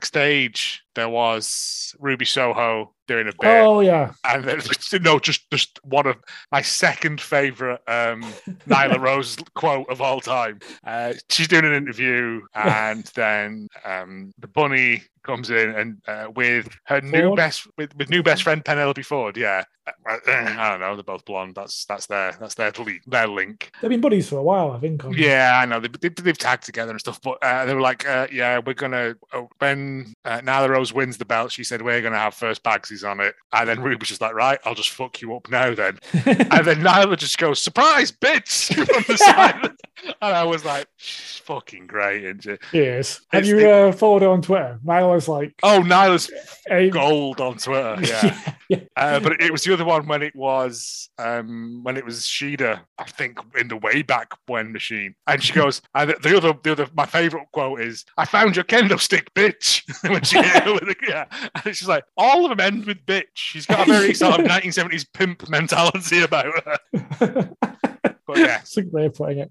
Speaker 2: backstage. There was Ruby Soho doing a bit,
Speaker 1: Oh yeah,
Speaker 2: and then no, just just one of my second favorite um, Nyla Rose's quote of all time. Uh, she's doing an interview, and then um, the bunny comes in and uh, with her new
Speaker 1: Ford?
Speaker 2: best with, with new best friend Penelope Ford. Yeah, I, I don't know. They're both blonde. That's that's their that's their link. Their link.
Speaker 1: they've been buddies for a while, I think. on-
Speaker 2: Yeah, I know they, they, they've tagged together and stuff, but uh, they were like, uh, "Yeah, we're gonna uh, when uh, Nyla Rose wins the belt, she said we're gonna have first bagsies on it." And then Ruby's just like, "Right, I'll just fuck you up now then." and then Nyla just goes, "Surprise, bitch!" from the side, and I was like, "She's fucking great, isn't she?"
Speaker 1: Yes. Have
Speaker 2: It's
Speaker 1: you
Speaker 2: the-
Speaker 1: uh, followed her on Twitter? Milo's like,
Speaker 2: Oh, Nyla's
Speaker 1: hey,
Speaker 2: gold on Twitter. Yeah.
Speaker 1: Yeah.
Speaker 2: Uh, but it was the other one when it was um, when it was Sheeda, I think, in the way back when machine. And she goes, and the- the other, the other, my favorite quote is, "I found your kendo stick, bitch." when she hit her with the, yeah, and she's like, "All of them end with bitch." She's got a very sort of 1970s pimp mentality about her. But yeah,
Speaker 1: That's a good way of putting it.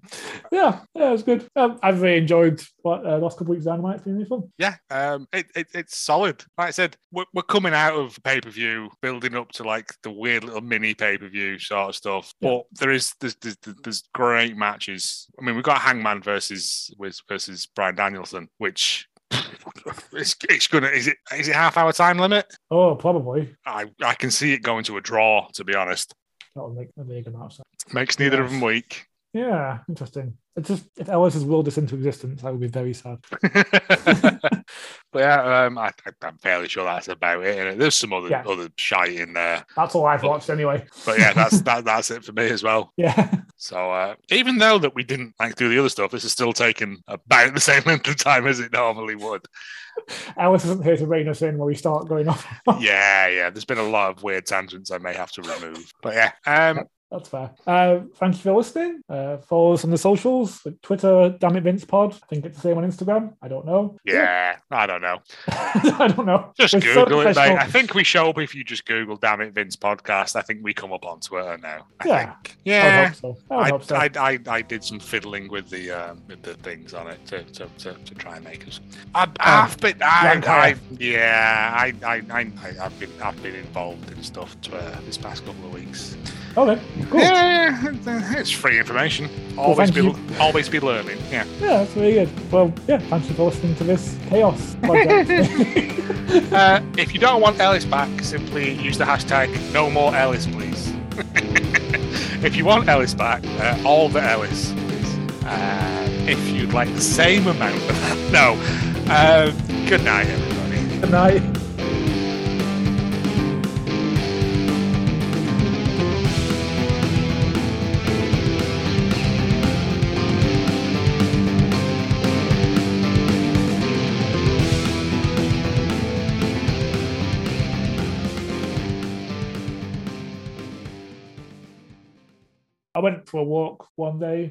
Speaker 1: Yeah, yeah, it was good. Um, I've really enjoyed what uh, last couple weeks of Dynamite. It's been really fun.
Speaker 2: Yeah, um, it, it it's solid. Like I said, we're, we're coming out of pay per view, building up to like the weird little mini pay per view sort of stuff.
Speaker 1: Yeah.
Speaker 2: But there is there's, there's there's great matches. I mean, we've got Hangman versus with- versus Brian Danielson, which it's, it's gonna is it is it half hour time limit?
Speaker 1: Oh, probably.
Speaker 2: I I can see it going to a draw. To be honest,
Speaker 1: That'll make a really good match. that.
Speaker 2: makes neither of them weak.
Speaker 1: Yeah, interesting. It's just if Ellis has willed this into existence, I would be very sad.
Speaker 2: but yeah, um, I, I'm fairly sure that's about it. innit? There's some other
Speaker 1: Yeah.
Speaker 2: other shite in there.
Speaker 1: That's all I've watched anyway.
Speaker 2: But yeah, that's that, that's it for me as well.
Speaker 1: Yeah.
Speaker 2: So uh, even though that we didn't like do the other stuff, this is still taking about the same length of time as it normally would.
Speaker 1: Ellis isn't here to rein us in while we start going off.
Speaker 2: yeah, yeah. There's been a lot of weird tangents I may have to remove. But yeah, um,
Speaker 1: That's fair. Uh, thank you for listening. Uh, follow us on the socials like Twitter, Damn It Vince Pod. I think it's the same on Instagram. I don't know.
Speaker 2: yeah. I don't know.
Speaker 1: I don't know.
Speaker 2: Just
Speaker 1: We're so
Speaker 2: Google it, mate.
Speaker 1: professional.
Speaker 2: I think we show up if you just Google "Damn It Vince" podcast. I think we come up on Twitter now. I
Speaker 1: Yeah.
Speaker 2: think.
Speaker 1: I would
Speaker 2: Yeah.
Speaker 1: hope so. I would
Speaker 2: I,
Speaker 1: hope so.
Speaker 2: I, I, I did some fiddling with the um, with the things on it to, to, to, to try and make us. I,
Speaker 1: Um,
Speaker 2: I've been, I,
Speaker 1: rank
Speaker 2: I,
Speaker 1: higher.
Speaker 2: yeah, I, I, I, I- I've been, I've been involved in stuff to, uh, this past couple of weeks.
Speaker 1: okay, cool. Yeah.
Speaker 2: Yeah, it's- it's free information. Always
Speaker 1: thank you.
Speaker 2: be, always be learning. Yeah.
Speaker 1: that's really good. Well, yeah, thank you for listening to this chaos podcast.
Speaker 2: Uh, if you don't want Ellis back, simply use the hashtag No More Ellis, please. if you want Ellis back, uh, all the Ellis, please. Uh, if you'd like the same amount, no. Um, good night, everybody.
Speaker 1: Good night. I went for a walk one day